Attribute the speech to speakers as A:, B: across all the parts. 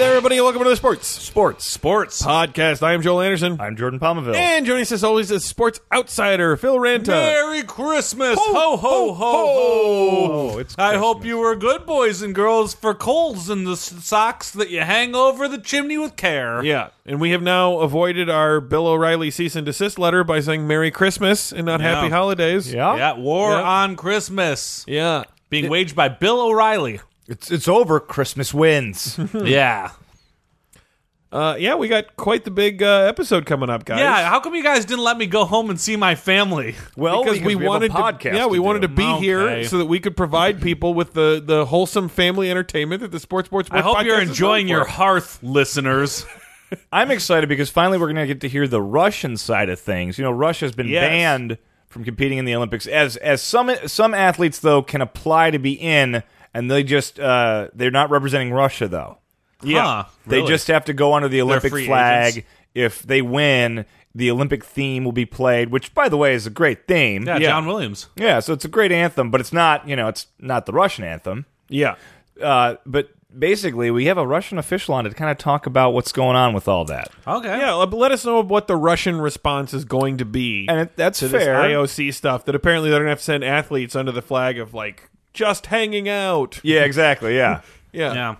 A: everybody, and welcome to the Sports
B: Sports. Sports.
A: Podcast. I am Joel Anderson.
B: I'm Jordan Palmaville.
A: and joining us as always is sports outsider Phil Ranta.
C: Merry Christmas!
A: Ho,
C: Ho ho ho ho!
A: ho.
B: Oh, it's
C: I hope
B: Christmas.
C: you were good boys and girls for coals in the s- socks that you hang over the chimney with care.
A: Yeah, and we have now avoided our Bill O'Reilly cease and desist letter by saying Merry Christmas and not
C: Yeah.
A: Happy Holidays.
B: Yeah.
C: Yeah, war
A: Yeah.
C: on Christmas
A: yeah.
C: being waged by Bill O'Reilly.
B: It's it's over. Christmas wins.
C: yeah,
A: Uh, yeah, we got quite the big uh, episode coming up, guys.
C: yeah. How come you guys didn't let me go home and see my family?
B: well,
A: because we,
B: have
A: wanted
B: a podcast.
A: to, yeah, we
B: do.
A: wanted to be
C: Okay.
A: here so that we could provide people with the, the wholesome family entertainment that the sports sports.
C: I
A: Sports
C: hope you're
A: Podcast is
C: enjoying
A: known
C: your
A: for.
C: hearth, listeners.
B: I'm excited because finally we're going to get to hear the Russian side of things. You know, Russia's been
C: Yes.
B: banned from competing in the Olympics. As as some some athletes though can apply to be in, and they just uh, they're not representing Russia though.
C: Yeah,
B: They
C: really?
B: just have to go under the Olympic
C: free
B: flag.
C: agents.
B: If they win, the Olympic theme will be played, which by the way is a great theme.
C: yeah, John Williams.
B: Yeah, so it's a great anthem, but it's not, you know, it's not the Russian anthem.
A: yeah.
B: Uh, but basically, we have a Russian official on to kind of talk about what's going on with all that.
C: Okay.
A: Yeah, let- let us know what the Russian response is going to be.
B: And it, that's
A: to this
B: fair.
A: IOC stuff that apparently they're gonna have to send athletes under the flag of like just hanging out.
B: yeah, exactly. Yeah.
A: Yeah.
C: yeah.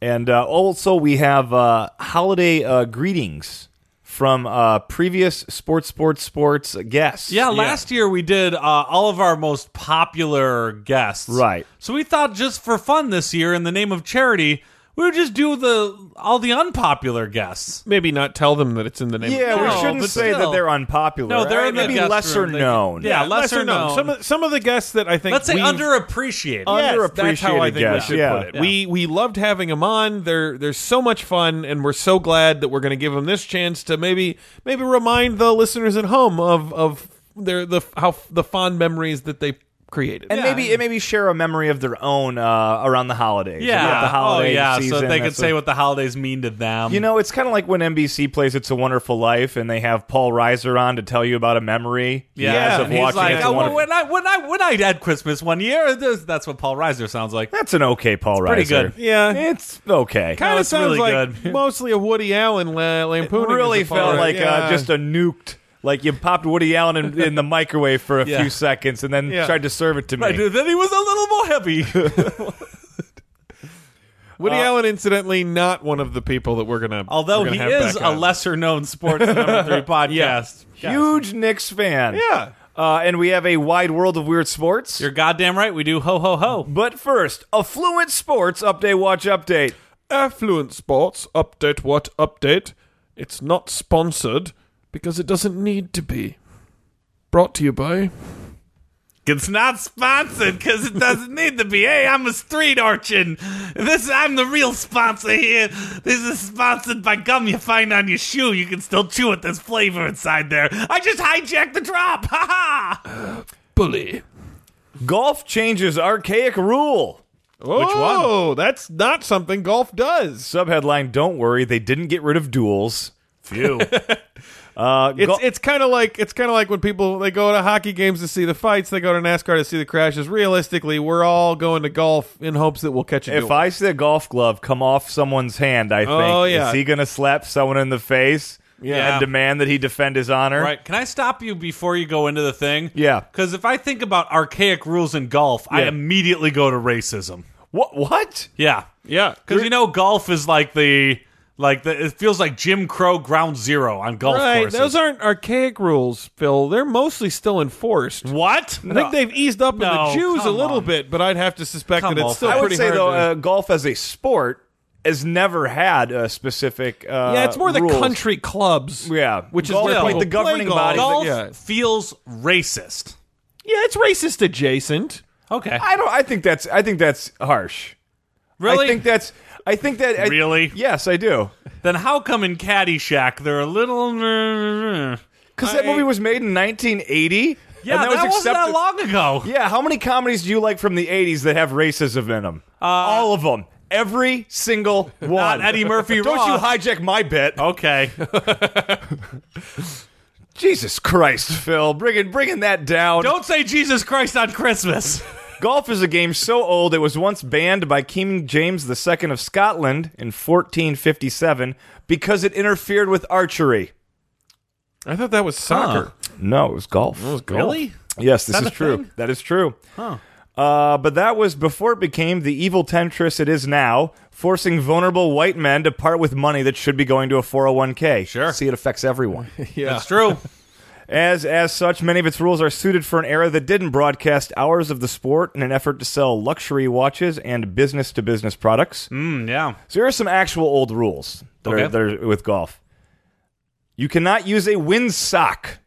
B: and uh, also, we have uh, holiday uh, greetings from uh, previous Sports, Sports, Sports guests.
C: Yeah, last year we did uh, all of our most popular guests.
B: Right.
C: So we thought just for fun this year, in the name of charity, we would just do the all the unpopular guests.
A: Maybe not tell them that it's in the name.
B: Yeah,
A: of
B: we
C: No,
B: shouldn't
C: but
B: say
C: still.
B: that they're unpopular.
C: No, they're
B: I-
C: in the
B: maybe
C: guest
B: lesser
C: room. They-
B: known.
C: Yeah, lesser, known.
A: Some of, some of the guests that I think
C: Let's say
A: we've-
C: underappreciated.
B: Yes, underappreciated
A: that's how I think
B: guests,
A: we should
B: yeah.
A: put it. We we loved having them on. They're they're so much fun, and we're so glad that we're going to give them this chance to maybe maybe remind the listeners at home of of their the how f- the fond memories that they created.
B: And maybe and maybe share a memory of their own uh, around the holidays.
C: yeah.
B: About the holiday
C: oh, yeah.
B: season,
C: so that they
B: that
C: could
B: sort
C: say what the holidays mean to them.
B: You know, it's kind of like when NBC plays "It's a Wonderful Life" and they have Paul Reiser on to tell you about a memory.
C: Yeah,
B: as of
C: and he's
B: watching
C: like,
B: "It's a
C: "Oh,
B: Wonderful."
C: when I when I when I had Christmas one year, this- that's what Paul Reiser sounds like.
B: That's an okay Paul Reiser.
C: pretty good.
A: yeah,
B: It's okay.
A: kind
C: No,
A: of
C: it's
A: sounds
C: really
A: like
C: good.
A: mostly a Woody Allen la- lampooning.
B: It really
A: as a follower.
B: felt like
A: Yeah.
B: uh, just a nuked. Like you popped Woody Allen in, in the microwave for a
C: Yeah.
B: few seconds and then
A: Yeah.
B: tried to serve it to me.
C: Right, then he was a little more heavy.
A: Woody Allen, incidentally, not one of the people that we're gonna.
C: Although
A: we're
C: he
A: gonna have
C: is
A: back
C: a
A: on.
C: lesser known sports number three podcast.
B: Huge Knicks fan.
A: Yeah.
B: Uh, and we have a wide world of weird sports.
C: You're goddamn right. We do ho ho ho.
B: but first, affluent sports update. Watch update.
A: Affluent Sports update. What update? It's not sponsored because it doesn't need to be. Brought to you by.
C: It's not sponsored because it doesn't need to be. Hey, I'm a street urchin. This I'm the real sponsor here. This is sponsored by gum you find on your shoe. You can still chew it. There's flavor inside there. I just hijacked the drop. Ha ha.
A: Bully.
B: Golf changes archaic rule.
A: Oh, that's not something golf does.
B: Subheadline: Don't worry, they didn't get rid of duels.
C: Phew.
B: Uh,
A: It's
B: gol-
A: it's kind of like it's kind of like when people they go to hockey games to see the fights, they go to NASCAR to see the crashes. Realistically, we're all going to golf in hopes that we'll catch a
B: if
A: duel.
B: I see a golf glove come off someone's hand, I think
A: Oh, yeah.
B: is he going to slap someone in the face
C: Yeah.
B: and demand that he defend his honor?
C: Right. Can I stop you before you go into the thing?
B: Yeah.
C: Because if I think about archaic rules in golf, I
B: Yeah.
C: immediately go to racism.
B: What? What?
C: Yeah.
A: yeah,
C: Because you know, golf is like the like the it feels like Jim Crow Ground Zero on golf
A: right.
C: courses.
A: Those aren't archaic rules, Phil. They're mostly still enforced.
C: what?
A: I think they've eased up
C: No,
A: in the Jews a
C: come
A: little
C: on.
A: bit, but I'd have to suspect
C: Come
A: that
C: on,
A: it's still
B: I would
A: pretty
B: say
A: hard.
B: though,
A: to-
B: uh, golf as a sport has never had a specific. Uh,
A: yeah, it's more the
B: rules.
A: country clubs.
B: Yeah.
A: which
B: Golf,
A: is where
C: like
A: people
C: the
B: governing
A: play
B: body
A: golf.
C: golf
A: Yeah.
C: feels racist.
A: yeah, it's racist adjacent.
C: Okay.
B: I don't. I think that's. I think that's harsh.
C: really?
B: I think that's. I think that. I-
C: Really?
B: Yes, I do.
C: then how come in Caddyshack they're a little?
B: Because that
A: I-
B: movie was made in 1980.
C: Yeah,
B: and that, was
C: not that
B: accepted-
C: long ago.
B: Yeah, how many comedies do you like from the 80s that have racism in them? All of them. Every single one.
C: Uh, Eddie Murphy
B: Don't you
C: Roth.
B: hijack my bit. Oh,
C: Okay.
B: Jesus Christ, Phil. Bringing, bringing that down.
C: don't say Jesus Christ on Christmas.
B: Golf is a game so old it was once banned by King James II of Scotland in 1457 because it interfered with archery.
A: I thought that was soccer.
B: No, it was golf.
A: Really?
B: Yes, this
C: Is
B: is
C: that a
B: true.
C: thing?
B: That is true. Uh, but that was before it became the evil temptress it is now, forcing vulnerable white men to part with money that should be going to a 401k.
C: Sure.
B: See, it affects everyone.
A: Yeah.
C: That's true.
B: As as such, many of its rules are suited for an era that didn't broadcast hours of the sport in an effort to sell luxury watches and business to business products.
C: Mm, yeah.
B: So here are some actual old rules that,
C: Okay.
B: are, that are with golf. You cannot use a windsock.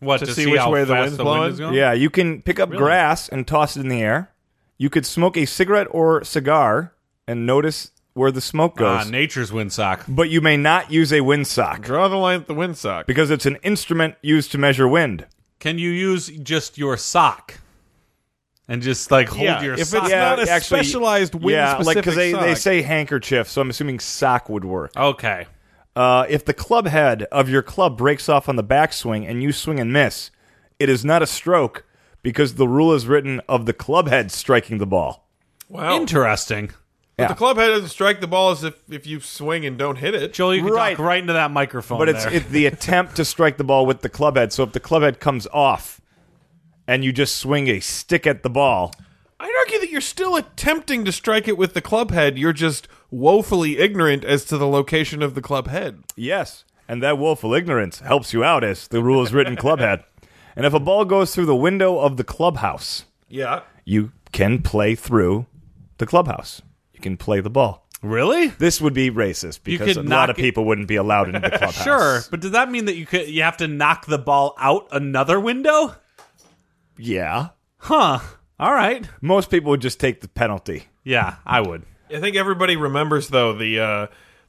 C: What
A: to
C: to,
A: see
C: see,
A: which
C: how
A: way the
C: fast
A: wind's
C: the
A: blowing?
C: wind is going?
B: Yeah, you can pick up grass and toss it in the air. You could smoke a cigarette or cigar and notice where the smoke
C: Ah,
B: goes.
C: nature's windsock.
B: but you may not use a windsock
A: Draw the line at the windsock.
B: because it's an instrument used to measure wind.
C: Can you use just your sock and just like hold your
A: if it's
C: sock?
B: Yeah,
A: not a
B: actually,
A: specialized wind
B: yeah, like
A: specific
B: they, they
A: sock.
B: say handkerchief, so I'm assuming sock would work.
C: Okay.
B: Uh, if the club head of your club breaks off on the backswing and you swing and miss, it is not a stroke because the rule is written of the club head striking the ball.
A: wow.
C: Interesting.
A: The club head doesn't strike the ball as if, if you swing and don't hit it.
C: Joel, you can
B: Right.
C: talk right into that microphone.
B: But it's
C: there.
B: it, the attempt to strike the ball with the club head. So if the club head comes off and you just swing a stick at the ball,
A: I'd argue that you're still attempting to strike it with the club head. You're just woefully ignorant as to the location of the club head.
B: Yes, and that woeful ignorance helps you out as the rule is written clubhead. And if a ball goes through the window of the clubhouse,
A: Yeah.
B: you can play through the clubhouse. You can play the ball.
C: really
B: This would be racist
C: You
B: because a
C: could
B: lot
C: knock
B: of
C: it-
B: people wouldn't be allowed into the clubhouse.
C: sure. But does that mean that you could you have to knock the ball out another window?
B: Yeah.
C: Huh. All right.
B: Most people would just take the penalty.
C: Yeah, I would.
A: I think everybody remembers though the uh,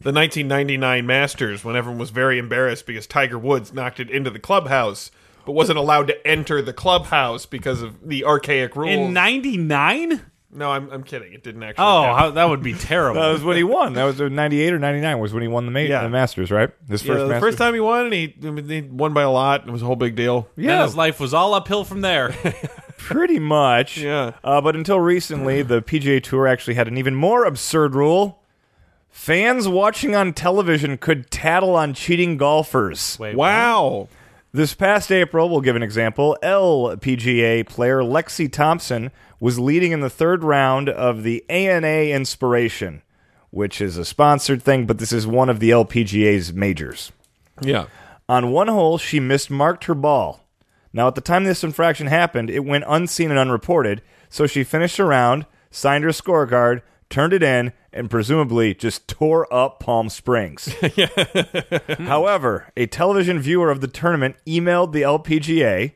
A: the 1999 Masters when everyone was very embarrassed because Tiger Woods knocked it into the clubhouse but wasn't allowed to enter the clubhouse because of the archaic rules.
C: In '99?
A: no, I'm, I'm kidding. It didn't actually.
C: Oh,
A: happen.
C: how, that would be terrible.
B: That was when he won. That was 98 or 99 was when he won the, ma-
A: Yeah.
B: the Masters, right? His
A: Yeah,
B: first
A: the
B: Masters.
A: first time he won, and he, I mean, he won by a lot. and It was a whole big deal.
C: Then
B: yeah.
C: his life was all uphill from there.
B: Pretty much.
A: Yeah.
B: Uh, but until recently, the PGA Tour actually had an even more absurd rule. Fans watching on television could tattle on cheating golfers.
C: Wait,
A: Wow.
B: This past April, we'll give an example. LPGA player Lexi Thompson was leading in the third round of the ANA Inspiration, which is a sponsored thing, but this is one of the LPGA's majors.
A: Yeah.
B: On one hole, she mismarked her ball. Now, at the time this infraction happened, it went unseen and unreported, so she finished her round, signed her scorecard, turned it in, and presumably just tore up Palm Springs. However, a television viewer of the tournament emailed the LPGA,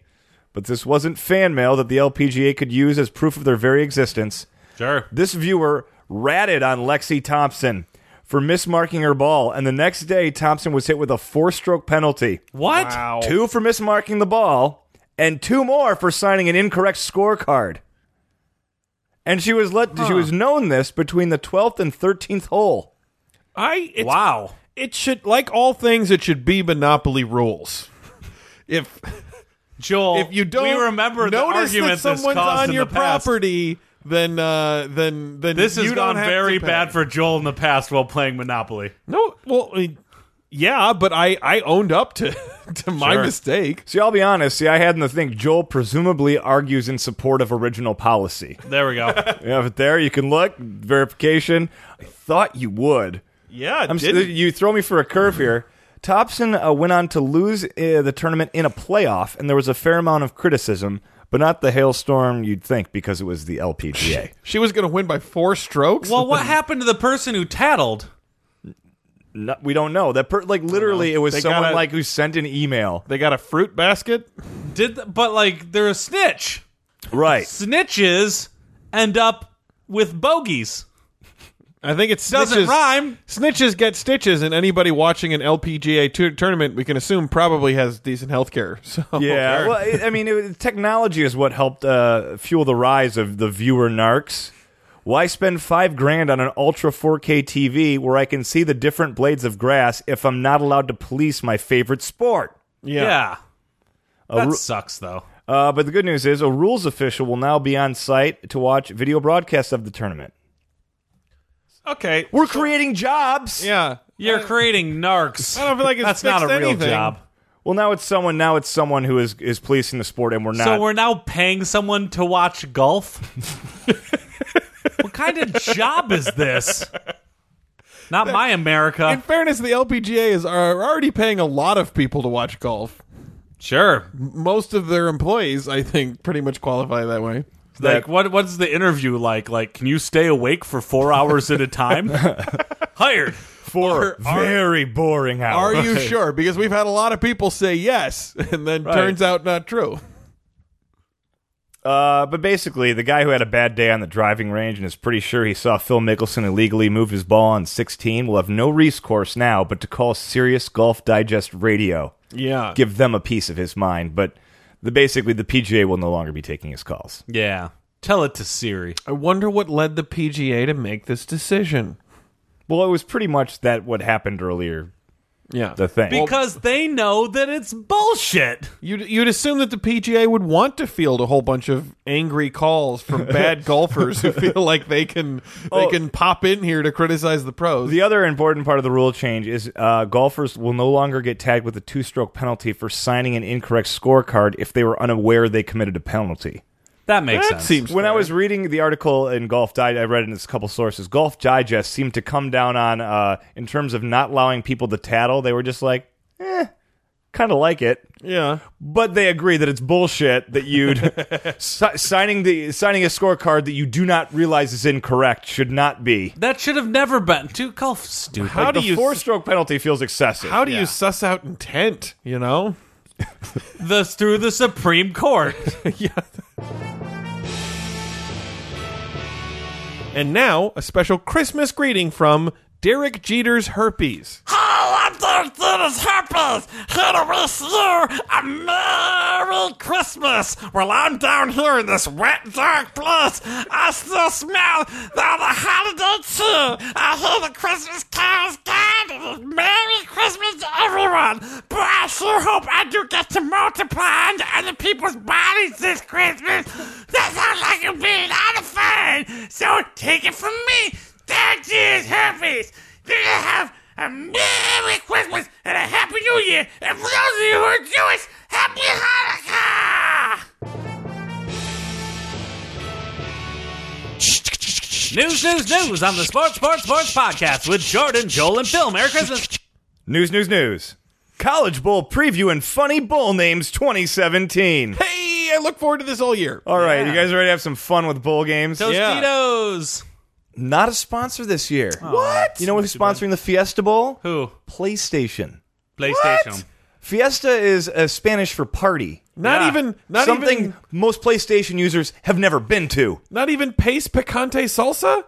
B: but this wasn't fan mail that the LPGA could use as proof of their very existence.
C: Sure.
B: This viewer ratted on Lexi Thompson for mismarking her ball, and the next day Thompson was hit with a four-stroke penalty.
C: What?
A: Wow.
B: Two for mismarking the ball, and two more for signing an incorrect scorecard. And she was let she was known this between the 12th and 13th hole.
A: I it's
C: Wow.
A: It should, like all things, it should be monopoly rules. If
C: Joel,
A: if you don't
C: we remember the
A: notice that
C: argument this
A: someone's
C: caused
A: on
C: in
A: your
C: the past.
A: property, then uh, then then
C: This has
A: you don't
C: gone
A: have to
C: very
A: pay.
C: bad for Joel in the past while playing Monopoly.
A: No, well, I mean, yeah, but I I owned up to to my
B: Sure.
A: mistake.
B: See, I'll be honest. See, I had in the thing Joel presumably argues in support of original policy.
C: There we go.
B: You have it there. You can look verification. I thought you would.
A: Yeah,
B: I'm s- you throw me for a curve here. Thompson uh, went on to lose uh, the tournament in a playoff, and there was a fair amount of criticism, but not the hailstorm you'd think because it was the LPGA.
A: she was going to win by four strokes.
C: well, what happened to the person who tattled?
B: No- we don't know that. Per- like literally, it was
A: They
B: someone
A: gotta-
B: like who sent an email.
A: they got a fruit basket.
C: Did th- but like they're a snitch.
B: Right.
C: Snitches end up with bogeys.
A: I think it's
C: Doesn't
A: snitches,
C: rhyme.
A: Snitches get stitches, and anybody watching an LPGA tour- tournament, we can assume, probably has decent health care. So
B: Yeah. Well, it, I mean, it, technology is what helped uh, fuel the rise of the viewer narcs. Why spend five grand on an ultra 4K TV where I can see the different blades of grass if I'm not allowed to police my favorite sport?
C: Yeah. That
B: ru-
C: sucks though.
B: Uh, but the good news is a rules official will now be on site to watch video broadcasts of the tournament.
C: Okay.
B: We're creating jobs.
A: Yeah.
C: You're
A: I-
C: creating narcs.
A: I don't feel like it's
C: That's not a
A: fixed
C: real
A: anything.
C: job.
B: Well, now it's someone. Now it's someone who is is policing the sport, and we're not.
C: So we're now paying someone to watch golf? what kind of job is this? Not my
A: In
C: America.
A: fairness, the LPGA is are already paying a lot of people to watch golf.
C: Sure.
A: Most of their employees, I think, pretty much qualify that way.
C: Like what what's the interview like? Like can you stay awake for 4 hours at a time? Hired.
B: for very boring
A: Are
B: hours.
A: you sure? Because we've had a lot of people say yes, and then turns out not true.
B: Uh, but basically, the guy who had a bad day on the driving range and is pretty sure he saw Phil Mickelson illegally move his ball on 16 will have no recourse now but to call Serious Golf Digest Radio.
A: Yeah.
B: Give them a piece of his mind, but the, basically, the PGA will no longer be taking his calls.
C: Yeah. Tell it to Siri.
A: I wonder what led the PGA to make this decision.
B: Well, it was pretty much that what happened earlier.
A: Yeah.
B: The thing.
C: Because they know that it's bullshit.
A: You'd, you'd assume that the PGA would want to field a whole bunch of angry calls from bad golfers who feel like they can they can pop in here to criticize Oh. the pros.
B: The other important part of the rule change is uh, golfers will no longer get tagged with a two stroke penalty for signing an incorrect scorecard if they were unaware they committed a penalty.
C: That makes
A: that
C: sense.
A: seems
B: When I
A: fair.
B: was reading the article in Golf Digest, I read it in a couple sources. Golf Digest seemed to come down on, uh, in terms of not allowing people to tattle, they were just like, eh, kind of like it.
A: yeah
B: But they agree that it's bullshit that you'd si- signing the signing a scorecard that you do not realize is incorrect should not be.
C: that should have never been too golf stupid.
A: How do
B: the
A: you-
B: four stroke penalty feels excessive?
A: how do
C: Yeah.
A: you suss out intent? You know,
C: the through the Supreme Court.
A: and now a special Christmas greeting from Derek Jeter's herpes.
C: Hello, I'm Dark Dennis Herpes, here to wish you a Merry Christmas. Well, I'm down here in this wet, dark place. I still smell the, the holiday cheer. I hear the Christmas carols God, Merry Christmas to everyone. But I sure hope I do get to multiply into other people's bodies this Christmas. That sounds like a bit out of fun. So take it from me, Dark Dennis Herpes. You're gonna have a Merry Christmas and a Happy New Year. And for those of you who are Jewish, Happy Hanukkah! News, news, news on the Sports, Sports, Sports podcast with Jordan, Joel, and Phil. Merry Christmas.
B: News, news, news. College Bowl preview and funny bowl names 2017.
A: Hey, I look forward to this all year.
C: Oh,
B: All right, you guys ready to have some fun with bowl games?
C: Tostitos.
B: Not a sponsor this year. What? You know who's sponsoring the Fiesta Bowl?
C: Who?
B: PlayStation.
C: PlayStation.
B: Fiesta is uh, Spanish for party.
A: Not
C: Yeah.
A: even not
B: Something
A: even
B: most PlayStation users have never been to.
A: not even pace picante salsa.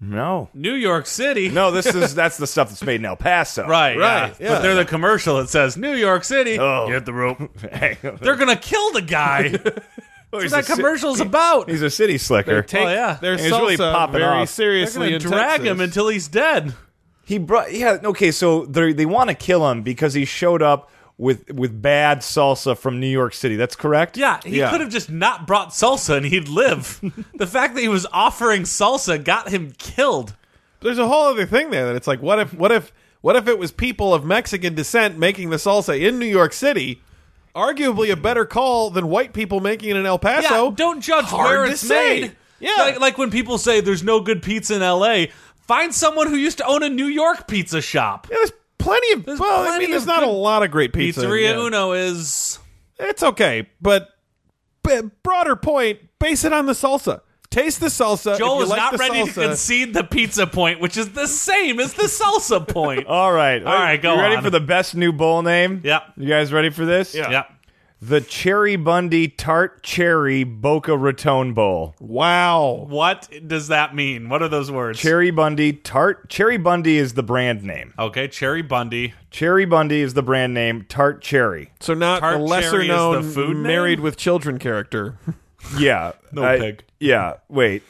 B: No.
C: New York City.
B: No, this is that's the stuff that's made in El Paso.
C: Right,
A: Right,
C: yeah.
A: yeah.
C: But they're the commercial that says New York City.
B: Oh.
C: Get the rope.
B: Hey.
C: They're gonna kill the guy. That's
B: Oh,
C: what
B: he's,
C: that
B: a ci-
C: commercial's about.
B: he's a city slicker.
A: Take
C: Oh, yeah.
A: their
B: It's
A: salsa
B: really popping
A: very
B: off.
C: They're
A: seriously.
C: gonna
A: in
C: drag
A: Texas.
C: him until he's dead.
B: He brought yeah okay so they they want to kill him because he showed up with with bad salsa from New York City. That's correct.
C: Yeah, he
A: Yeah.
C: could have just not brought salsa and he'd live. the fact that he was offering salsa got him killed.
A: There's a whole other thing there that it's like, what if, what if, what if it was people of Mexican descent making the salsa in New York City? Arguably a better call than white people making it in El
C: Yeah,
A: Paso.
C: don't judge
A: hard
C: where
A: to
C: it's
A: say.
C: made.
A: Yeah.
C: like, like when people say there's no good pizza in L.A. Find someone who used to own a New York pizza shop.
A: Yeah, there's plenty of.
C: There's
A: well, I
C: plenty
A: mean, there's
C: of
A: not a
C: good
A: lot of great pizza. in-
C: Pizzeria
A: yeah.
C: Uno is
A: It's okay, but, but broader point, base it on the salsa. Taste the salsa. if
C: Joel
A: you
C: is
A: like
C: not
A: the
C: ready
A: salsa,
C: to concede the pizza point, which is the same as the salsa point.
A: Oh,
B: All right. All
C: right, go
B: you ready
C: on.
B: for the best new bowl name?
C: Yep.
B: You guys ready for this?
C: yeah,
B: The Cherry Bundy Tart Cherry Boca Raton Bowl.
A: Wow.
C: what does that mean? What are those words?
B: Cherry Bundy Tart Cherry Bundy is the brand name.
C: okay, Cherry Bundy.
B: Cherry Bundy is the brand name. Tart Cherry.
A: So not
C: Tart
A: a
C: cherry
A: lesser
C: is the
A: known
C: food name?
A: married with children character.
B: Yeah. no
C: pig.
B: Yeah. Wait.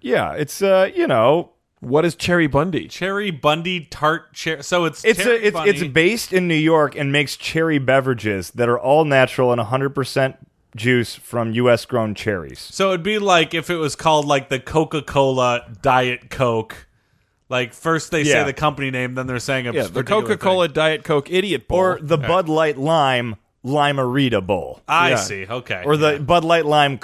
B: Yeah. It's uh. You know.
A: What is Cherry Bundy?
C: Cherry Bundy tart. Cher- so it's
B: It's
C: cherry
B: a, it's
C: bunny.
B: it's based in New York and makes cherry beverages that are all natural and 100% juice from US grown cherries.
C: So it'd be like if it was called like the Coca Cola Diet Coke. Like first they
B: Yeah.
C: say the company name, then they're saying a
A: Yeah, the Coca Cola Diet Coke Idiot Bowl.
B: Or the Bud Light Lime Limerita Bowl.
C: I
A: Yeah.
C: see. Okay.
B: Or the Bud Light Lime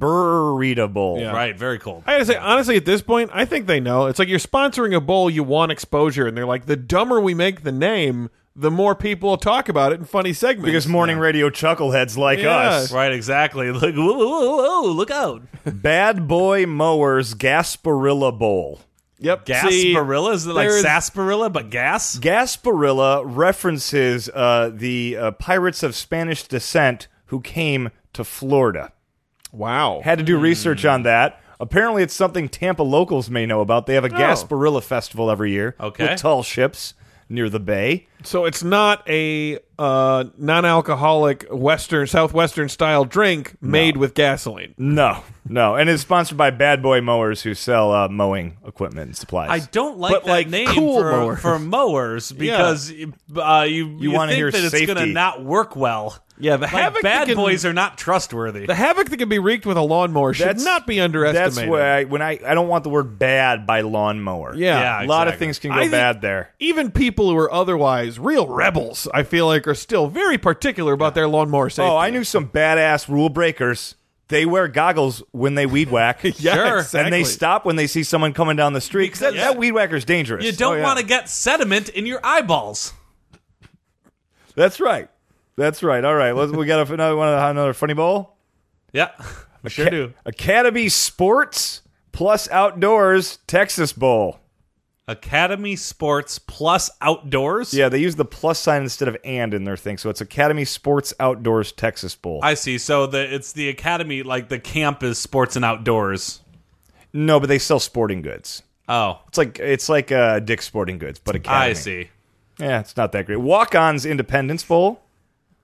B: Cranberita Bowl.
A: Yeah.
C: right. Very cool.
A: I gotta say, honestly, at this point, I think they know. It's like you're sponsoring a bowl, you want exposure, and they're like, the dumber we make the name, the more people will talk about it in funny segments.
B: Because morning radio chuckleheads like
A: Yeah.
B: us,
C: Right. Exactly. Like whoa, whoa, whoa, whoa, look out.
B: Bad Boy Mowers Gasparilla Bowl.
A: yep, see,
C: Gasparilla is it like
A: there's-
C: sarsaparilla but gas?
B: Gasparilla references uh, the uh, pirates of Spanish descent who came to Florida.
A: wow,
B: Had to do research on that. Apparently, it's something Tampa locals may know about. They have a Gasparilla festival every year
C: Okay.
B: with tall ships near the bay.
A: so it's not a uh, non-alcoholic Western, southwestern style drink made with gasoline.
B: No, no, and it's sponsored by Bad Boy Mowers, who sell uh, mowing equipment and supplies.
C: I don't like
A: But,
C: that
A: like,
C: name
A: cool
C: for
A: mowers.
C: for mowers because uh, you you,
B: wanna
C: think
B: hear
C: that it's going to
B: safety.
C: not work well.
A: Yeah, the
C: like,
A: havoc that
C: bad
A: can-
C: boys are not trustworthy.
A: The havoc that can be wreaked with a lawnmower should
B: That's-
A: not be underestimated.
B: That's why I, when I I don't want the word bad by lawnmower.
A: Yeah.
C: Yeah,
B: a lot of
C: exactly.
B: things can
A: I
B: go
A: think-
B: bad there.
A: Even people who are otherwise real rebels, I feel like, are still very particular about their lawnmower safety.
B: Oh, I knew some badass rule breakers. They wear goggles when they weed whack.
A: Yeah, Sure.
B: And they
A: exactly.
B: stop when they see someone coming down the street. 'cause that,
C: Because-
B: that weed whacker's dangerous. Oh,
C: you don't
A: yeah.
C: want to get sediment in your eyeballs.
B: That's right. That's right. All right. Let's, we got another one, another funny bowl.
C: Yeah, we sure
B: Ca-
C: do.
B: Academy Sports plus Outdoors Texas Bowl.
C: Academy Sports Plus Outdoors.
B: Yeah, they use the plus sign instead of and in their thing. So it's Academy Sports Outdoors Texas Bowl.
C: I see. So the it's the academy, like the camp is sports and outdoors.
B: no, but they sell sporting goods.
C: Oh,
B: It's like it's like uh, Dick's Sporting Goods, but Academy.
C: I see.
B: Yeah, it's not that great. Walk-Ons Independence Bowl.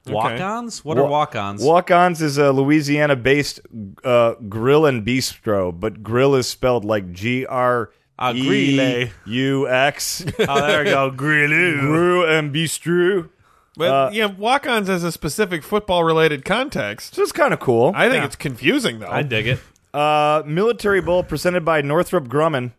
C: Walk-ons? What are walk-ons?
B: Walk-Ons is a Louisiana-based uh, grill and bistro, but grill is spelled like G R
C: Ah,
B: E
C: grille.
B: U X.
C: oh, there we go. Grillu.
B: Grill and bistro.
A: But
B: uh,
A: yeah, walk-ons as a specific football-related context.
B: So it's kind of cool.
A: I think it's confusing though.
C: I dig it.
B: Uh, military Bowl presented by Northrop Grumman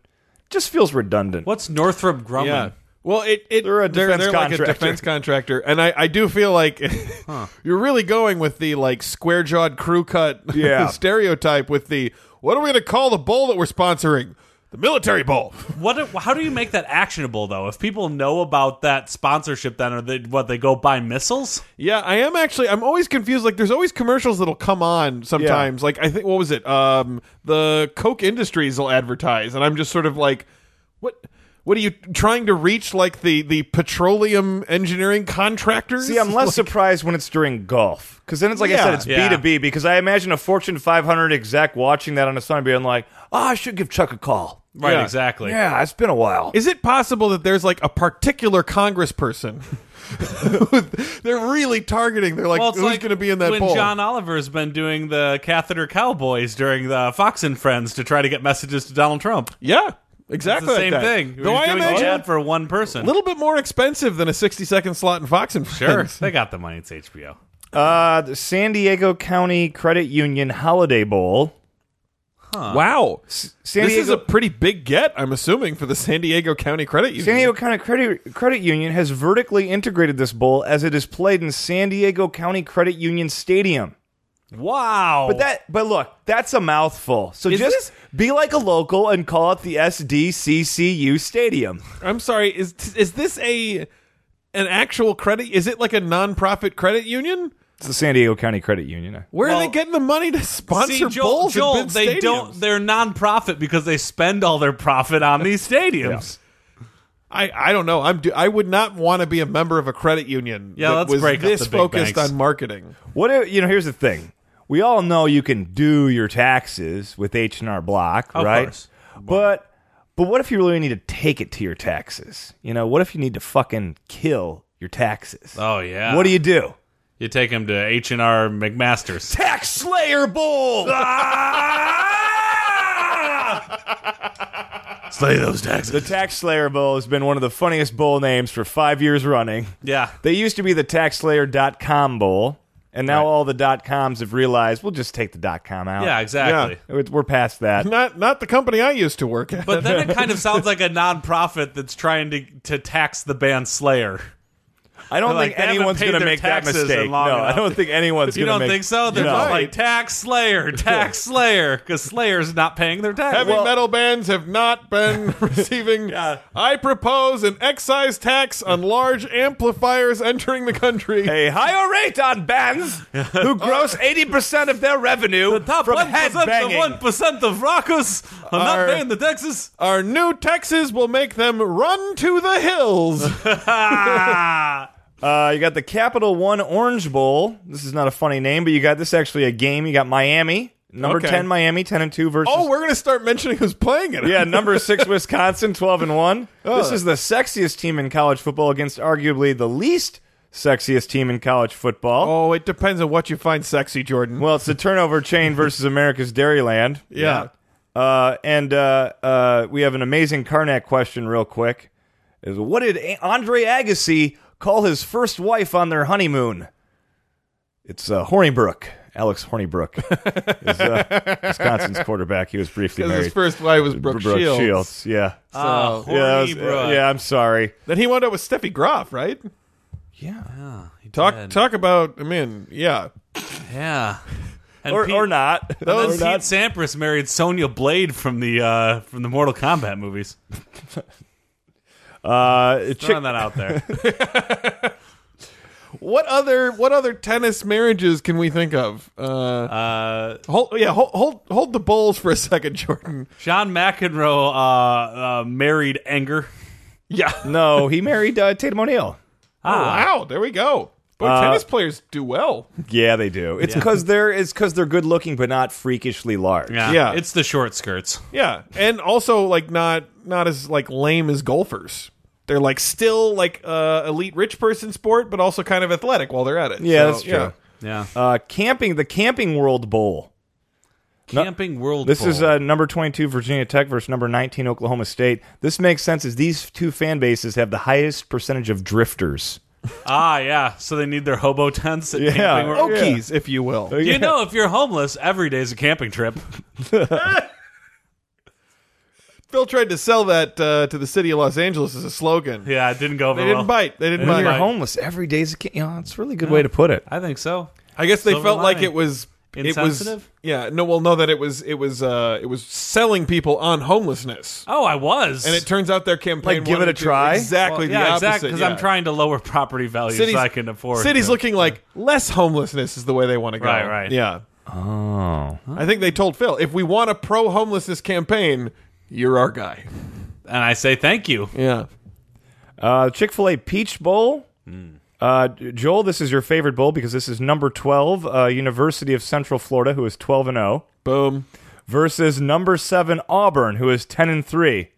B: just feels redundant.
C: What's Northrop Grumman?
A: yeah. Well, it, it
B: They're a defense
A: they're like a
B: contractor.
A: defense contractor, and I, I do feel like you're really going with the like square jawed crew cut
B: Yeah.
A: stereotype with the what are we going to call the bowl that we're sponsoring? The military bowl.
C: What? How do you make that actionable though? If people know about that sponsorship, then are they what? They go buy missiles?
A: Yeah, I am actually. I'm always confused. Like, there's always commercials that'll come on sometimes. Like, I think what was it? Um, the Coke Industries will advertise, and I'm just sort of like, what? What are you trying to reach? Like the the petroleum engineering contractors?
B: See, I'm less surprised when it's during golf because then it's like I
A: Yeah.
B: said, it's
C: Yeah.
B: B two B. Because I imagine a Fortune 500 exec watching that on a Sunday being like, "Ah, I should give Chuck a call."
C: Right.
A: Yeah.
C: Exactly.
B: Yeah, it's been a while.
A: Is it possible that there's like a particular congressperson? who they're really targeting. They're like,
C: Well, it's
A: who's
C: like
A: going to be in that
C: when
A: bowl?
C: John Oliver's been doing the catheter cowboys during the Fox and Friends to try to get messages to Donald Trump.
A: yeah,
C: It's
A: exactly.
C: the
A: like
C: same
A: that.
C: thing.
A: Though
C: He's
A: I
C: doing an
A: imagine
C: ad for one person.
A: a little bit more expensive than a 60 second slot in Fox and
C: sure,
A: Friends.
C: they got the money. It's HBO.
B: Uh, the San Diego County Credit Union Holiday Bowl.
A: Wow.
B: San
A: this is
B: Diego-
A: a pretty big get, I'm assuming, for the San Diego County Credit Union.
B: San Diego County Credit, Credit Union has vertically integrated this bowl as it is played in San Diego County Credit Union Stadium.
C: Wow.
B: But that, but look, that's a mouthful. So
A: Is
B: just
A: this-
B: be like a local and call it the SDCCU Stadium.
A: I'm sorry, is is this a an actual credit? Is it like a nonprofit credit union?
B: It's the San Diego County Credit Union.
A: Where are
C: Well,
A: they getting the money to sponsor
C: See, Joel,
A: bowls
C: Joel
A: and bid
C: they
A: stadiums?
C: don't. They're nonprofit because they spend all their profit on these stadiums.
A: I, I don't know. I'm do, I would not want to be a member of a credit union.
C: Yeah,
A: that
C: let's
A: was
C: break up
A: this
C: the big
A: focused
C: banks.
A: on marketing.
B: What if, you know? Here's the thing: we all know you can do your taxes with H and R Block,
C: Of
B: right?
C: course.
B: But but what if you really need to take it to your taxes? You know, what if you need to fucking kill your taxes?
C: Oh yeah.
B: What do you do?
C: You take him to H and R McMaster's.
B: Tax Slayer Bowl.
C: Slay those taxes.
B: The Tax Slayer Bowl has been one of the funniest bowl names for five years running.
C: yeah.
B: They used to be the taxslayer.com bowl, and now
C: Right.
B: all the dot coms have realized we'll just take the dot com out.
C: Yeah, exactly.
B: We're we're past that.
A: Not not the company I used to work at.
C: But then it kind of sounds like a nonprofit that's trying to to tax the band Slayer.
B: I don't
C: They're like,
B: think
C: they haven't
B: anyone's
C: paid
B: going to
C: their
B: make that
C: taxes in
B: mistake. No,
C: long
B: I
C: enough.
B: don't think anyone's
C: You
B: going to
C: don't
B: make
C: think so? They're
B: No.
C: just
A: Right.
C: like tax Slayer, tax Slayer, because Slayer's not paying their taxes.
A: Heavy metal bands have not been receiving.
B: Yeah.
A: I propose an excise tax on large amplifiers entering the country.
B: a higher rate on bands who gross 80% of their revenue
C: top
B: from
C: one percent, the
B: headbanging.
C: one percent of rockers are
A: Are-
C: not paying the taxes.
A: Our new taxes will make them run to the hills.
C: Ah,
B: Uh, you got the Capital One Orange Bowl. This is not a funny name, but you got this is actually a game. You got Miami, number
A: Okay.
B: 10 Miami, 10 and 2 versus
A: oh, we're gonna start mentioning who's playing it.
B: Yeah, number 6 Wisconsin, 12 and 1.
A: Oh.
B: This is the sexiest team in college football against arguably the least sexiest team in college football.
A: Oh, it depends on what you find sexy, Jordan.
B: Well, it's the turnover chain versus America's Dairyland.
A: yeah.
B: Uh, and uh, uh, we have an amazing Karnak question, real quick. Is what did A- Andre Agassi call his first wife on their honeymoon? It's uh, Hornibrook. Alex Hornibrook is uh, Wisconsin's quarterback. He was briefly
A: Because his
B: married.
A: first wife was Brooke,
B: Brooke
A: Shields.
B: Yeah.
C: Ah,
A: So-
B: yeah, that
C: horny
B: was-
C: bro.
B: yeah, I'm sorry.
A: Then he wound up with Steffi Graf, right?
B: Yeah.
C: Ah, He
A: Talk
C: did.
A: talk about. I mean, yeah.
C: Yeah. And
B: Or,
C: Pete,
B: or not.
C: and
B: Or
C: Pete
B: not.
C: Sampras married Sonya Blade from the uh, from the Mortal Kombat movies.
B: Uh, chick-
C: Throwing that out there.
A: What other what other tennis marriages can we think of? Uh,
C: Uh,
A: hold yeah, hold, hold hold the bowls for a second, Jordan.
C: John McEnroe uh, uh, married Anger.
A: Yeah.
B: no, he married uh, Tatum O'Neal.
A: Oh, wow, there we go. But tennis players do well.
B: Yeah, they do. It's because they're it's because they're good looking but not freakishly large.
C: Yeah.
A: Yeah.
C: It's the short skirts.
A: Yeah, and also like not not as like lame as golfers. They're like still like uh, elite rich person sport, but also kind of athletic while they're at it.
B: Yeah,
A: So,
B: that's true.
A: yeah.
C: Yeah.
B: Uh, camping, the Camping World Bowl.
C: Camping World
B: This
C: Bowl.
B: is uh, number 22 Virginia Tech versus number 19 Oklahoma State. This makes sense as these two fan bases have the highest percentage of drifters.
C: Ah, yeah. So they need their hobo tents at
B: Yeah.
C: Camping World.
B: Okay.
A: Okies, if you will.
C: You know, if you're homeless, every day's a camping trip.
A: Phil tried to sell that uh, to the city of Los Angeles as a slogan.
C: Yeah, it didn't go over
A: They didn't
C: well.
A: bite. They didn't
B: when
A: bite.
B: you're
C: Right.
B: homeless every day is a ca- you know, it's a really good way to put it.
C: I think so.
A: I guess they
C: Silver
A: felt like
C: lining.
A: it was It was,
C: Insensitive?
A: yeah, no, well, no, that it was it was uh, it was selling people on homelessness,
C: Oh, I was.
A: and it turns out their campaign
B: Like, give
A: wanted
B: it a
A: to do
B: try?
A: exactly
C: yeah,
A: the opposite.
C: exactly. Because I'm
A: yeah.
C: trying to lower property values so I can afford.
A: cities
C: to-
A: looking like less homelessness is the way they want to go.
C: Right, right.
A: Yeah,
B: Oh.
A: I think they told Phil if we want a pro homelessness campaign, you're our guy.
C: and I say thank you.
A: Yeah.
B: Uh, Chick fil A Peach Bowl. Uh, Joel, this is your favorite bowl because this is number 12, uh, University of Central Florida, who is 12 and 0.
A: Boom.
B: versus number seven Auburn, who is ten and three.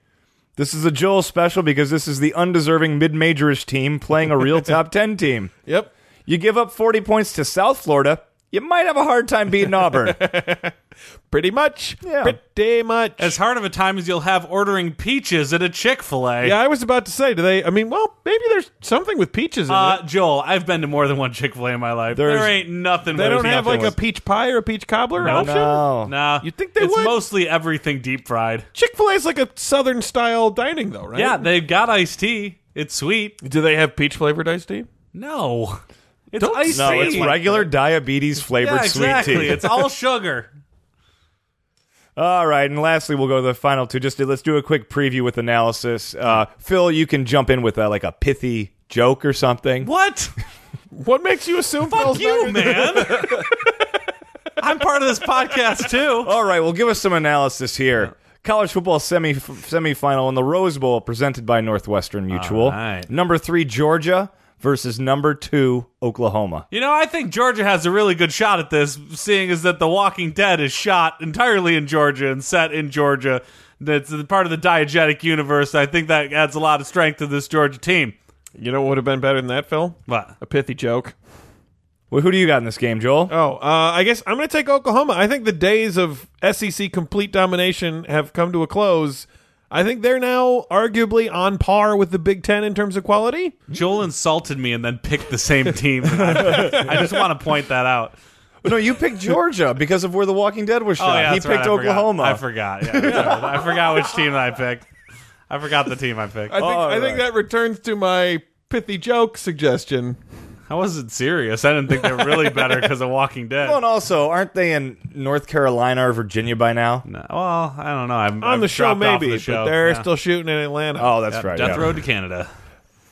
B: This is a Joel special because this is the undeserving mid-majorish team playing a real top ten team.
A: Yep.
B: You give up forty points to South Florida, you might have a hard time beating Auburn.
A: Pretty much.
B: Yeah.
A: Pretty much.
C: As hard of a time as you'll have ordering peaches at a Chick Fil A.
A: yeah, I was about to say, do they? I mean, well, maybe there's something with peaches in it.
C: Uh, Joel, I've been to more than one Chick Fil A in my life.
B: There's-
C: there ain't nothing.
A: They
C: worse
A: don't
C: than
A: have like a
B: was-
A: peach pie or a peach cobbler option.
C: Nah,
A: You'd think they
C: it's
A: would.
C: mostly everything deep fried.
A: Chick Fil A is like a Southern style dining, though, right?
C: Yeah, they've got iced tea. It's sweet.
A: Do they have peach flavored iced tea?
C: No, it's
A: Don't-
C: iced
B: No,
C: tea.
B: it's regular diabetes flavored
C: Yeah, exactly.
B: sweet tea.
C: It's all sugar.
B: All right, and lastly, we'll go to the final two. Just let's do a quick preview with analysis. Uh, Phil, you can jump in with uh like a pithy joke or something.
C: What?
A: What makes you assume?
C: Fuck
A: Phil's not
C: you,
A: gonna-
C: man. I'm part of this podcast too.
B: All right, well, give us some analysis here. College football semi f- semifinal in the Rose Bowl, presented by Northwestern Mutual.
C: All right.
B: Number three Georgia versus number two Oklahoma.
C: You know, I think Georgia has a really good shot at this, seeing as that The Walking Dead is shot entirely in Georgia and set in Georgia. That's a part of the diegetic universe. I think that adds a lot of strength to this Georgia team.
A: You know what would have been better than that, Phil?
C: What?
A: A pithy joke.
B: Well, who do you got in this game, Joel?
A: Oh, uh, I guess I'm E going to take Oklahoma. I think the days of SEC complete domination have come to a close. I think they're now arguably on par with the Big Ten in terms of quality.
C: Joel insulted me and then picked the same team. I just want to point that out.
B: No, you picked Georgia because of where The Walking Dead was shot. he
C: Oh, that's right,
B: picked
C: I forgot.
B: Oklahoma.
C: I forgot. Yeah, that's right. I forgot which team I picked. I forgot the team I picked.
A: I think,
B: All
A: I think
B: right.
A: that returns to my pithy joke suggestion.
C: I wasn't serious. I didn't think they're really better because of Walking Dead.
B: Well, and also, aren't they in North Carolina or Virginia by now?
C: No, well, I don't know. I'm
A: On
C: I've
A: the show,
C: dropped off
A: maybe,
C: the show.
A: but they're
C: Yeah.
A: still shooting in Atlanta.
B: Oh, that's right.
C: Death
B: yeah.
C: Road to Canada.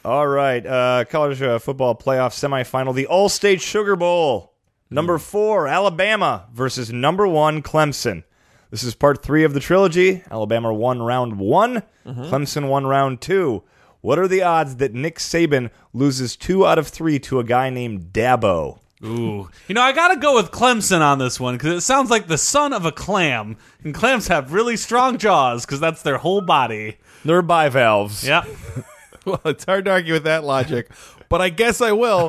B: All right. Uh, college uh, football playoff semifinal, the All State Sugar Bowl. Number four, Alabama versus number one, Clemson. This is part three of the trilogy. Alabama won round one, Clemson won round two. What are the odds that Nick Saban loses two out of three to a guy named Dabo?
C: Ooh. You know, I got to go with Clemson on this one because it sounds like the son of a clam. And clams have really strong jaws because that's their whole body.
B: They're bivalves.
C: Yeah.
A: Well, it's hard to argue with that logic, but I guess I will.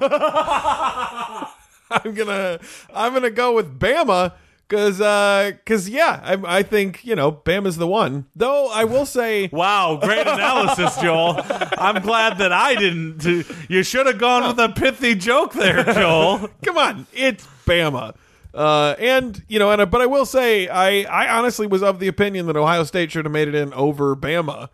A: I'm gonna I'm gonna go with Bama because because yeah, I, I think you know Bama's the one. Though I will say
C: Wow. Great analysis, Joel. I'm glad that I didn't. do- You should have gone with a pithy joke there, Joel.
A: Come on, it's Bama. Uh, and you know, and I- but I will say, I I honestly was of the opinion that Ohio State should have made it in over Bama.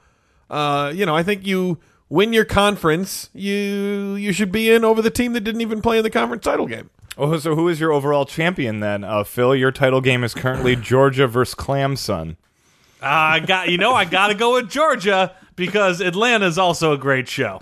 A: Uh, you know, I think you win your conference, you you should be in over the team that didn't even play in the conference title game.
B: Oh, so who is your overall champion then? Uh, Phil, your title game is currently Georgia versus Clemson.
C: Uh, I got. You know, I got to go with Georgia because Atlanta's also a great show.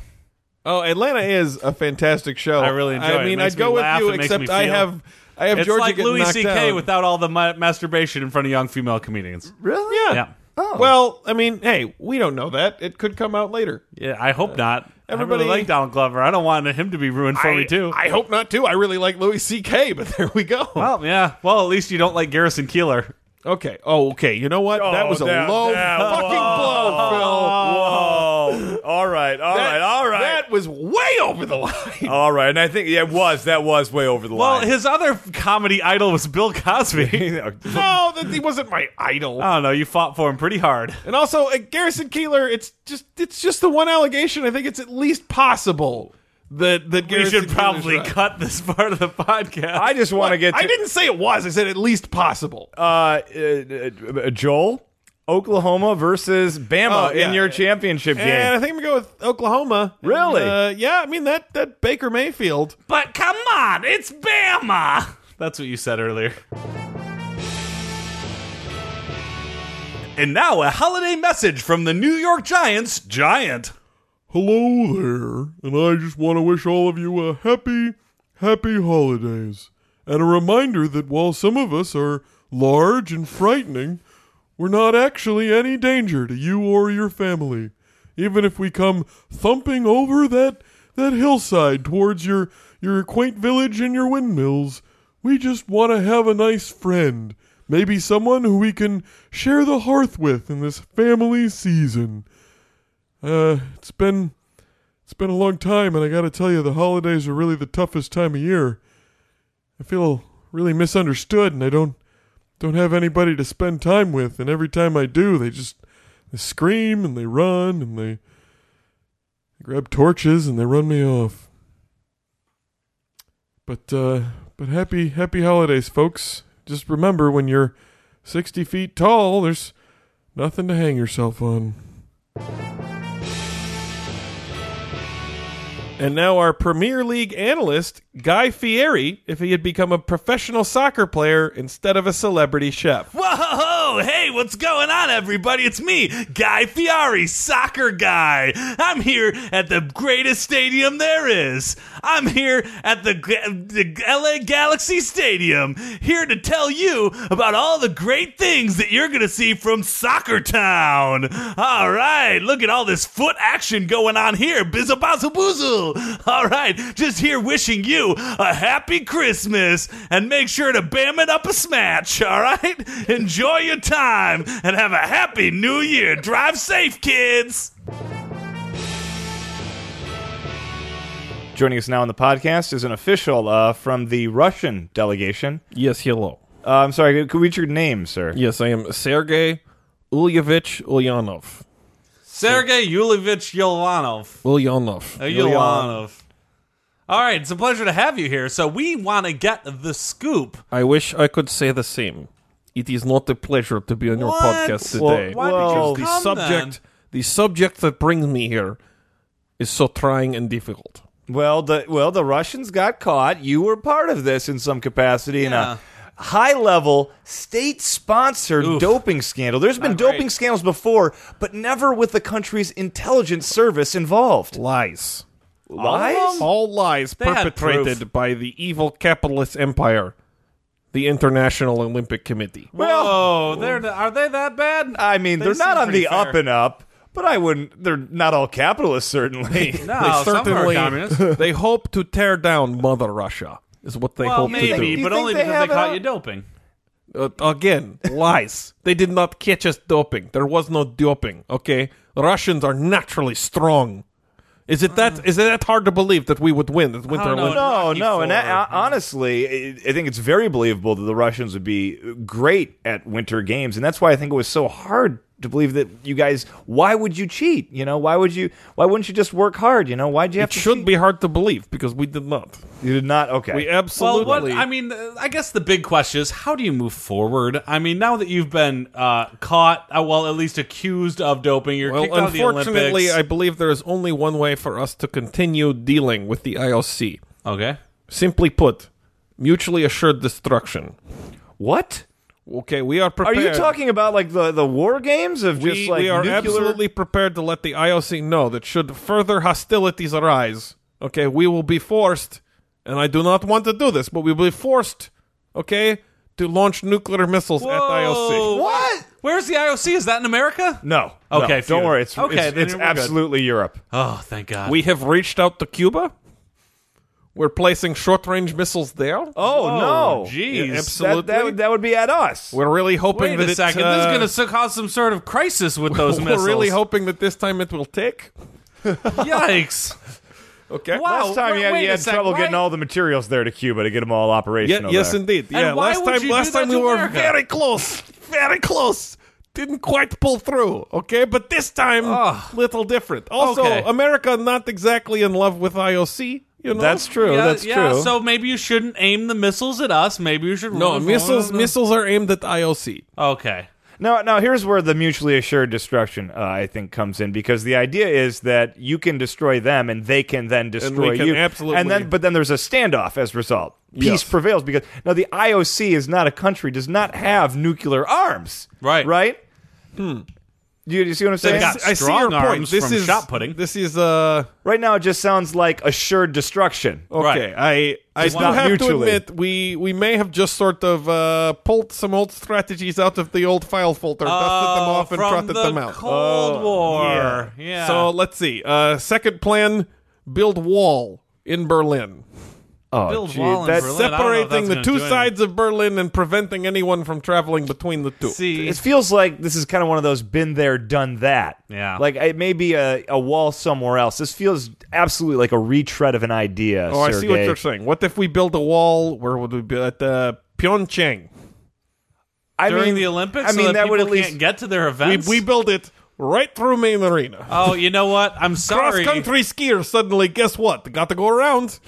A: Oh, Atlanta is a fantastic show.
C: I really enjoy it.
A: I
C: It
A: mean,
C: makes
A: I'd
C: me
A: go with
C: laugh.
A: you,
C: It makes
A: except
C: me
A: I
C: feel-
A: have I have
C: It's
A: Georgia
C: like
A: getting
C: Louis
A: knocked
C: C.K.
A: out.
C: without all the ma- masturbation in front of young female comedians.
B: Really?
A: yeah.
C: Yeah.
B: Oh.
A: Well, I mean, hey, we don't know that. It could come out later.
C: Yeah, I hope not. I
A: everybody-
C: really like Donald Glover. I don't want him to be ruined for me too.
A: I hope not too. I really like Louis C.K., but there we go.
C: well, yeah. Well, at least you don't like Garrison Keeler.
A: Okay. Oh, okay. You know what? that was a
B: that-
A: low
B: that-
A: fucking blow, Phil.
B: Whoa. Oh, all right. All
A: That-
B: right. All right.
A: That was way over the line.
B: all right. And I think yeah, it was. That was way over the
C: Well,
B: line.
C: his other comedy idol was Bill Cosby.
A: no, that he wasn't my
B: Oh.
A: idol.
C: I don't know. You fought for him pretty hard.
A: and also, uh, Garrison Keeler. It's just it's just the one allegation. I think it's at least possible that that
C: We
A: Garrison
C: should
A: Keeler's
C: probably
A: right.
C: cut this part of the podcast.
B: I just want to get
A: I
B: to
A: didn't say it was. I said at least possible.
B: uh, uh, uh, Joel, Oklahoma versus Bama
A: Oh, yeah.
B: in your championship
A: and I
B: game.
A: think I'm gonna go with Oklahoma. And,
B: Really?
A: uh, yeah. I mean that that Baker Mayfield.
C: but come on, it's Bama. That's what you said earlier. And now a holiday message from the New York Giants Giant.
D: Hello there, and I just want to wish all of you a happy, happy holidays. And a reminder that while some of us are large and frightening, we're not actually any danger to you or your family, even if we come thumping over that that hillside towards your your quaint village and your windmills. We just want to have a nice friend, maybe someone who we can share the hearth with in this family season. Uh, it's been it's been a long time, and I got to tell you, the holidays are really the toughest time of year. I feel really misunderstood, and I don't don't have anybody to spend time with. And every time I do, they just they scream and they run and they, they grab torches and they run me off. But uh, but happy happy holidays, folks. Just remember, when you're sixty feet tall, there's nothing to hang yourself on.
A: And now our Premier League analyst, Guy Fieri, if he had become a professional soccer player instead of a celebrity chef.
C: Whoa! Hey, what's going on, everybody? It's me, Guy Fieri, soccer guy. I'm here at the greatest stadium there is. I'm here at the, the LA Galaxy Stadium, here to tell you about all the great things that you're going to see from Soccer Town. All right, look at all this foot action going on here. Bizabazaboozle. All right, just here wishing you a happy Christmas and make sure to bam it up a smatch, all right? Enjoy your time and have a happy new year. Drive safe, kids.
B: Joining us now on the podcast is an official uh, from the Russian delegation.
A: Yes, hello.
B: Uh, I'm sorry, could we get your name, sir?
A: Yes, I am Sergey Ulyevich Ulyanov.
C: Sergey Yulevich Yolanov.
A: Will Yonlov.
C: Uh, Yolanov. All right, it's a pleasure to have you here. So we want to get the scoop.
A: I wish I could say the same. It is not a pleasure to be on your
C: What?
A: podcast today.
C: Why
B: Well,
C: did you
A: the
C: come
A: subject
C: then?
A: the subject that brings me here is so trying and difficult.
B: Well, the well the Russians got caught. You were part of this in some capacity in
C: Yeah.
B: a high level state sponsored
C: Oof.
B: doping scandal. There's been
C: Not great.
B: doping scandals before, but never with the country's intelligence service involved.
A: Lies.
B: Lies?
A: All lies
C: had
A: perpetrated
C: proof.
A: by the evil capitalist empire, the International Olympic Committee.
C: Whoa, they're, are they that bad?
B: I mean,
C: They
B: they are not
C: seem
B: on
C: pretty
B: the
C: fair.
B: up and up, but I wouldn't they're not all capitalists certainly.
A: they
C: no, some are
A: certainly
C: communists.
A: they hope to tear down Mother Russia. Is what they
C: Well,
A: hope to do.
C: maybe,
B: You
C: but
B: think
C: only
B: they
C: because they
B: have it
C: caught
B: out?
C: you doping.
A: Uh, again, lies. They did not catch us doping. There was no doping. Okay, Russians are naturally strong. Is it that? Is it that hard to believe that we would win? That Winter
C: don't know.
A: Olympics.
B: No,
C: Rocky
B: no, and that,
C: forward,
B: uh, honestly, I I think it's very believable that the Russians would be great at Winter Games, and that's why I think it was so hard to believe that you guys. Why would you cheat? You know, why would you? Why wouldn't you just work hard? You know, why'd you have
A: It
B: to?
A: should
B: cheat?
A: be hard to believe because we did not.
B: You did not. Okay.
A: We
C: Well,
A: absolutely.
C: what I mean, uh, I guess the big question is how do you move forward? I mean, now that you've been uh, caught, uh, well, at least accused of doping, you're
A: well,
C: kicked out of the Olympics.
A: unfortunately, I believe there is only one way for us to continue dealing with the IOC.
C: okay.
A: Simply put, mutually assured destruction.
B: what?
A: Okay, we are
B: Are
A: prepared.
B: you talking about like the the war games of
A: We,
B: just like
A: we are
B: nuclear?
A: absolutely prepared to let the IOC know that should further hostilities arise, okay, we will be forced, and I do not want to do this, but we will be forced, okay, to launch nuclear missiles at IOC.
C: Whoa.
B: What?
C: Oh, Where's the IOC? Is that in America?
B: No.
C: Okay,
B: no,
C: phew.
B: don't worry. It's
C: Okay,
B: It's,
C: then
B: it's
C: we're good.
B: absolutely Europe.
C: Oh, thank God.
A: We have reached out to Cuba. We're placing short-range missiles there.
B: Oh no!
C: jeez.
A: Yeah,
B: That-
A: absolutely.
B: That, would- that would be at us.
A: We're really hoping
C: Wait
A: that
C: a
A: it,
C: second.
A: uh,
C: this is going to cause some sort of crisis with those
A: we're
C: missiles.
A: really hoping that this time it will take.
C: Yikes.
A: Okay.
C: Wow.
B: Last time
C: wait-
B: you had,
C: Oh, wait
B: you
C: a
B: had
C: sec,
B: trouble
C: why-
B: getting all the materials there to Cuba to get them all
A: Yeah,
B: operational.
A: yes,
B: there.
A: indeed. yeah,
C: why
A: last
C: would
A: time,
C: you do
A: last
C: that
A: time
C: to
A: we were
C: America?
A: very close, very close. Didn't quite pull through, okay? But this time, little different. Also,
C: Okay.
A: America not exactly in love with IOC. You know,
B: That's true.
C: yeah,
B: that's
C: yeah,
B: true.
C: So maybe you shouldn't aim the missiles at us. Maybe you should.
A: No,
C: roll-
A: missiles missiles are aimed at IOC.
C: Okay.
B: now, now here's where the mutually assured destruction, uh, I think, comes in because the idea is that you can destroy them and they can then destroy
A: can
B: you.
A: absolutely-
B: And then, but then there's a standoff as a result. Peace
A: Yes.
B: prevails because now the IOC is not a country, does not have nuclear arms.
C: Right.
B: Right. Hmm. You, you see what I'm saying?
C: got
A: I see your
C: strong
A: point.
C: arms
A: This
C: from
A: is
C: shot putting.
A: This is uh
B: Right now, it just sounds like assured destruction.
A: okay. I I
B: Just
A: do
B: not
A: have to
B: mutually.
A: admit we we may have just sort of uh, pulled some old strategies out of the old file folder, dusted them
C: Oh,
A: off, and
C: from
A: trotted
C: the
A: them out. Oh,
C: Cold War. Yeah.
A: So let's see. Uh, second plan: build wall in Berlin,
B: Oh,
C: Build
B: gee,
C: wall in
B: that's-
C: Berlin. I don't know if
A: separating
C: that's
A: the
C: gonna
A: two
C: do anything.
A: sides of Berlin and preventing anyone from traveling between the two.
C: see.
B: It feels like this is kind of one of those been there, done that.
C: Yeah.
B: Like it may be a, a wall somewhere else. This feels absolutely like a retread of an idea.
A: oh, I see what
B: Sergei.
A: you're saying. What if we build a wall? Where would we be at uh, Pyeongchang?
B: I
C: during
B: mean,
C: the Olympics.
B: I mean,
C: so that,
B: would
C: people
B: at least
C: can't get to their
A: We,
C: events.
A: we build it right through main arena.
C: oh, you know what? I'm sorry.
A: Cross country skier suddenly, guess what? Got to go around.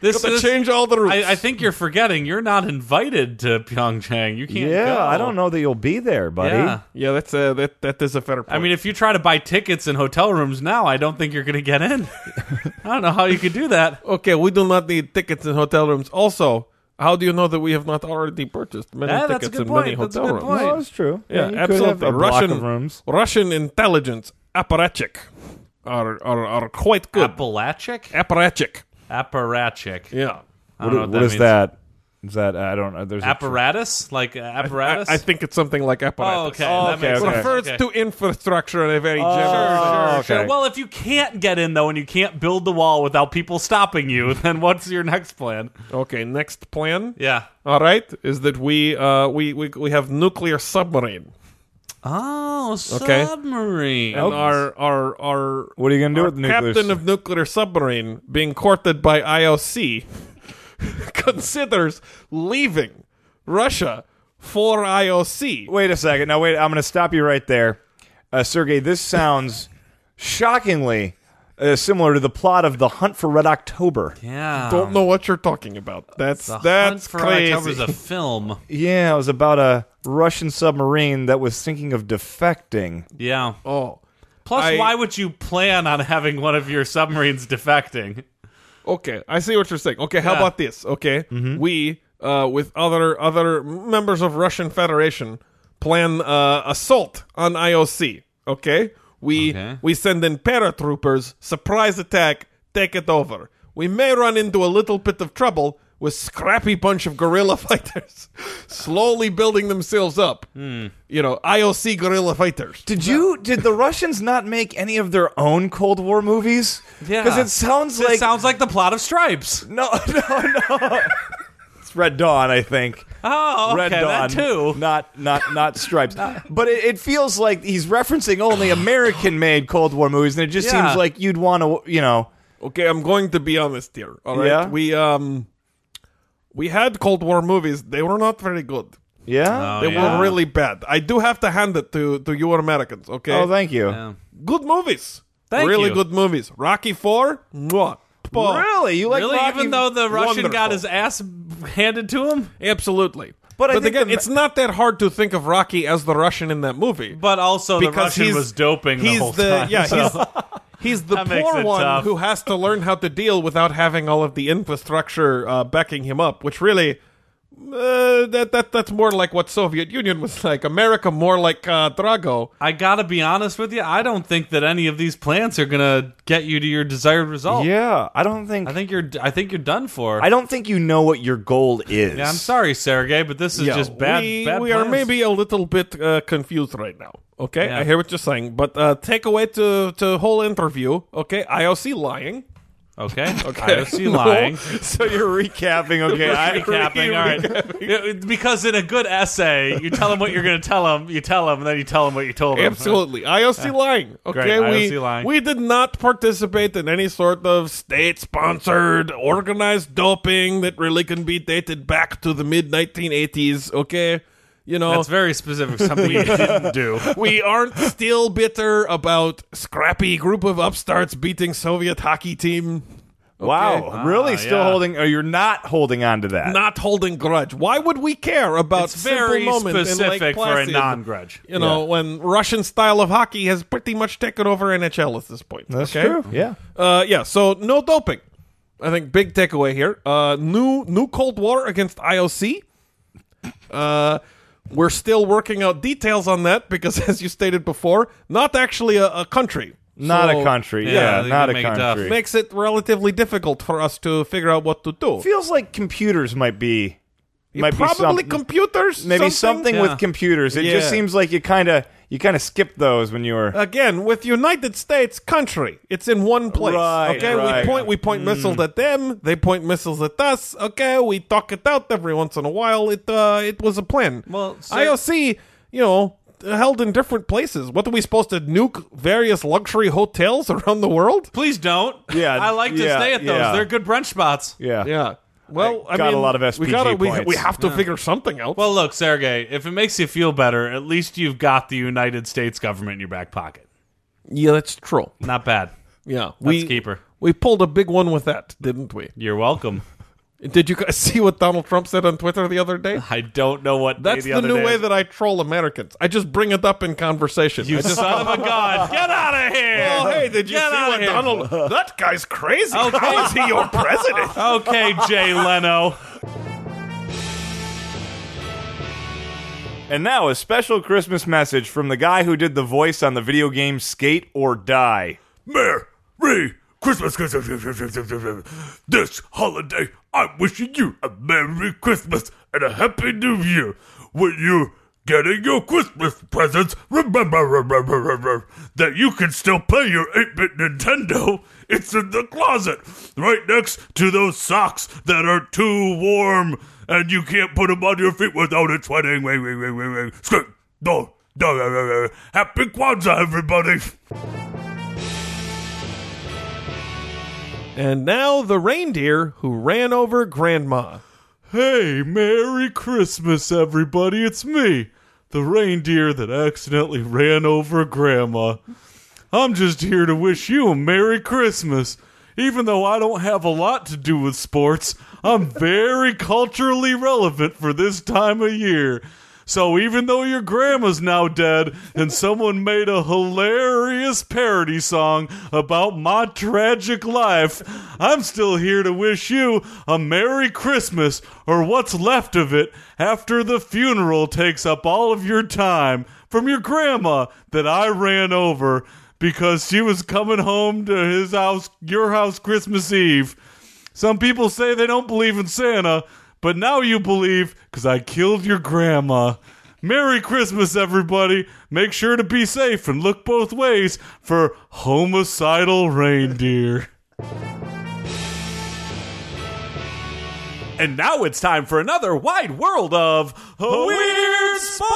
C: This
A: Got to
C: is.
A: change all the routes.
C: I, I think you're forgetting. You're not invited to Pyeongchang. You can't.
B: Yeah,
C: go.
B: I don't know that you'll be there, buddy.
C: Yeah.
A: Yeah, that's a, that that is a fair point.
C: I mean, if you try to buy tickets in hotel rooms now, I don't think you're going to get in. I don't know how you could do that. Eh,
A: Okay, we do not need tickets in hotel rooms. Also, how do you know that we have not already purchased many
C: Yeah, that's a
A: tickets
C: good
A: in many
C: point. That's a
A: hotel
C: good
A: rooms?
C: point.
B: No, that's true.
A: Yeah,
B: you could have
A: absolutely.
B: a block
A: Russian
B: of rooms.
A: Russian intelligence apparatchik are are, are quite good.
C: Apparatchik?
A: Apparatchik.
C: Apparatchik.
A: Yeah.
C: I don't know what,
B: what
C: that
B: is
C: means.
B: that? Is that I don't know. There's a-
C: Apparatus? Like uh,
A: I,
C: apparatus?
A: I think it's something like apparatus.
C: Oh, okay.
B: Oh,
C: that
B: okay,
C: makes
B: okay.
C: sense.
A: Refers
C: Okay.
A: to infrastructure in a very general.
B: Oh,
C: Sure,
B: okay.
C: Well, if you can't get in though, and you can't build the wall without people stopping you, then what's your next plan?
A: Okay, next plan.
C: Yeah.
A: All right, is that we uh we we, we have nuclear submarine.
C: Oh,
A: Okay.
C: submarine.
A: And our our our
B: What are you gonna do with the nuclear?
A: captain of nuclear submarine being courted by IOC considers leaving Russia for IOC.
B: wait a second. Now wait. I'm gonna stop you right there. uh, Sergey, this sounds shockingly uh, similar to the plot of The Hunt for Red October.
C: Yeah.
A: Don't know what you're talking about. That's
C: The
A: that's
C: Hunt for
A: crazy.
C: October is a film.
B: Yeah, it was about a Russian submarine that was thinking of defecting.
C: Yeah.
A: oh,
C: Plus,
A: I-
C: why would you plan on having one of your submarines defecting?
A: okay. I see what you're saying. Okay, how
C: Yeah. Mm-hmm.
A: about this? Okay, we uh, with other other members of Russian Federation plan uh, assault on IOC. Okay, we
C: Okay.
A: we send in paratroopers, surprise attack, take it over. We may run into a little bit of trouble with scrappy bunch of guerrilla fighters, slowly building themselves up.
C: Hmm.
A: You know, IOC guerrilla fighters.
B: Did you? Did the Russians not make any of their own Cold War movies?
C: Yeah.
B: because it sounds
C: It
B: like
C: sounds like the plot of Stripes.
B: no, no, no. it's Red Dawn, I think.
C: Oh, okay,
B: Red Dawn, Oh,
C: that too.
B: not not not Stripes, but it, it feels like he's referencing only American-made Cold War movies, and it just
C: Yeah.
B: seems like you'd want to, you know,
A: Okay, I'm going to be honest here. All right,
B: Yeah?
A: we um, we had Cold War movies. They were not very good.
B: yeah.
C: Oh,
A: they
C: yeah.
A: were really bad. I do have to hand it to to you Americans. Okay,
B: Oh, thank you.
C: Yeah.
A: good movies.
C: Thank
A: really
C: you.
A: good movies. Rocky Four. Mwah. Paw.
B: Really, you like
C: really,
B: Rocky-
C: even though the Russian
A: wonderful.
C: got his ass handed to him,
A: Absolutely.
B: But I think
A: again,
B: the-
A: it's not that hard to think of Rocky as the Russian in that movie.
C: but also the
A: because
C: Russian
A: he's,
C: was doping the
A: he's
C: whole time.
A: Yeah,
C: so-
A: he's, he's the
C: That makes
A: poor
C: it
A: one
C: tough.
A: who has to learn how to deal without having all of the infrastructure uh, backing him up, which really. Uh, that that that's more like what Soviet Union was like. America more like uh, Drago.
C: I gotta be honest with you. I don't think that any of these plans are gonna get you to your desired result.
B: yeah, I don't think
C: I
B: I,
C: think you're. I think you're done for.
B: don't think you know what your goal is.
C: yeah, I'm sorry, Sergey, but this is
A: Yeah,
C: just bad.
A: We,
C: bad
A: we are
C: plans.
A: maybe a little bit uh, confused right now. Okay,
C: Yeah.
A: I hear what you're saying, but uh, take away to to whole interview. Okay, IOC lying.
C: okay. Okay,
A: Okay.
C: I see
A: No.
C: lying.
B: So you're recapping, okay? I,
C: recapping. All right, Yeah, because in a good essay, you tell them what you're going to tell them. You tell them, and then you tell them what you told them.
A: Absolutely. IOC lying. Okay, we,
C: IOC lying.
A: we did not participate in any sort of state sponsored, organized doping that really can be dated back to the mid 1980s. Okay, you know,
C: That's very specific. Something you didn't do.
A: we aren't still bitter about scrappy group of upstarts beating Soviet hockey team.
B: Wow,
A: Okay.
B: really? still
C: yeah.
B: holding? Or you're not holding on to that?
A: Ah, not holding grudge. Why would we care about
C: It's very
A: simple moment in Lake
C: specific for a
A: Placid?
C: non-grudge.
A: You know, when Russian style of hockey has pretty much taken over NHL at this point.
B: That's
A: okay?
B: true. Yeah.
A: Uh, yeah. So no doping. I think big takeaway here. Uh, new new Cold War against IOC. Uh, we're still working out details on that because, as you stated before, not actually a, a country.
B: Not
A: So
B: a country.
C: Yeah,
B: Yeah,
C: they
B: not
C: can
B: a
C: make it up.
B: country.
A: Makes it relatively difficult for us to figure out what to do.
B: feels like computers might be might
A: Probably
B: be something.
A: computers.
B: maybe something,
C: Yeah.
B: with computers. It just
A: Yeah. Uh,
B: seems like you kind of you kind of skipped those when you were.
A: again with United States country. It's in one place.
B: Right,
A: okay,
B: right. Mm.
A: we point we point missiles at them. They point missiles at us. Okay, we talk it out every once in a while. It uh, it was a plan.
C: Well, so-
A: IOC, you know, held in different places. What are we supposed to nuke various luxury hotels around the world?
C: Please don't.
B: Yeah,
C: I like to
B: yeah,
C: stay at those.
B: yeah.
C: They're good brunch spots.
B: yeah.
A: Yeah. Well,
B: I
A: I,
B: got a
A: mean,
B: lot of
A: we
B: SPG
A: gotta, we,
B: points.
A: we have to figure something out.
C: Well, look, Sergey, if it makes you feel better, at least you've got the United States government in your back pocket.
A: yeah, that's true.
C: Not bad.
A: Yeah,
C: Let's keep her.
A: We pulled a big one with that, didn't we?
C: You're welcome.
A: Did you guys see what Donald Trump said on Twitter the other day?
C: I don't know what. day
A: That's the,
C: other
A: new
C: day
A: way
C: is.
A: that I troll Americans. I just bring it up in conversation.
C: You
A: I just,
C: son of a Oh god! Get out of here!
A: oh, hey, did you
C: Get
A: see
C: outta
A: what
C: here.
A: Donald? That guy's crazy.
C: Okay.
A: How is he your president?
C: Okay, Jay Leno.
B: And now a special Christmas message from the guy who did the voice on the video game Skate or Die.
E: Merry Christmas. This holiday, I'm wishing you a Merry Christmas and a Happy New Year. When you're getting your Christmas presents, remember, remember, remember that you can still play your 8 bit Nintendo. It's in the closet, right next to those socks that are too warm and you can't put them on your feet without it sweating. Wait, wait, wait, wait, wait. Skirt. No, no, no, no, no. Happy Kwanzaa, everybody.
A: And now the reindeer who ran over Grandma.
D: Hey, Merry Christmas, everybody. It's me,
E: the reindeer that accidentally ran over Grandma. I'm just here to wish you a Merry Christmas. Even though I don't have a lot to do with sports, I'm very culturally relevant for this time of year. So even though your grandma's now dead and someone made a hilarious parody song about my tragic life, I'm still here to wish you a Merry Christmas or what's left of it after the funeral takes up all of your time from your grandma that I ran over because she was coming home to his house, your house Christmas Eve. Some people say they don't believe in Santa, but now you believe because I killed your grandma. Merry Christmas, everybody. Make sure to be safe and look both ways for homicidal reindeer.
C: And now it's time for another wide world of weird sports.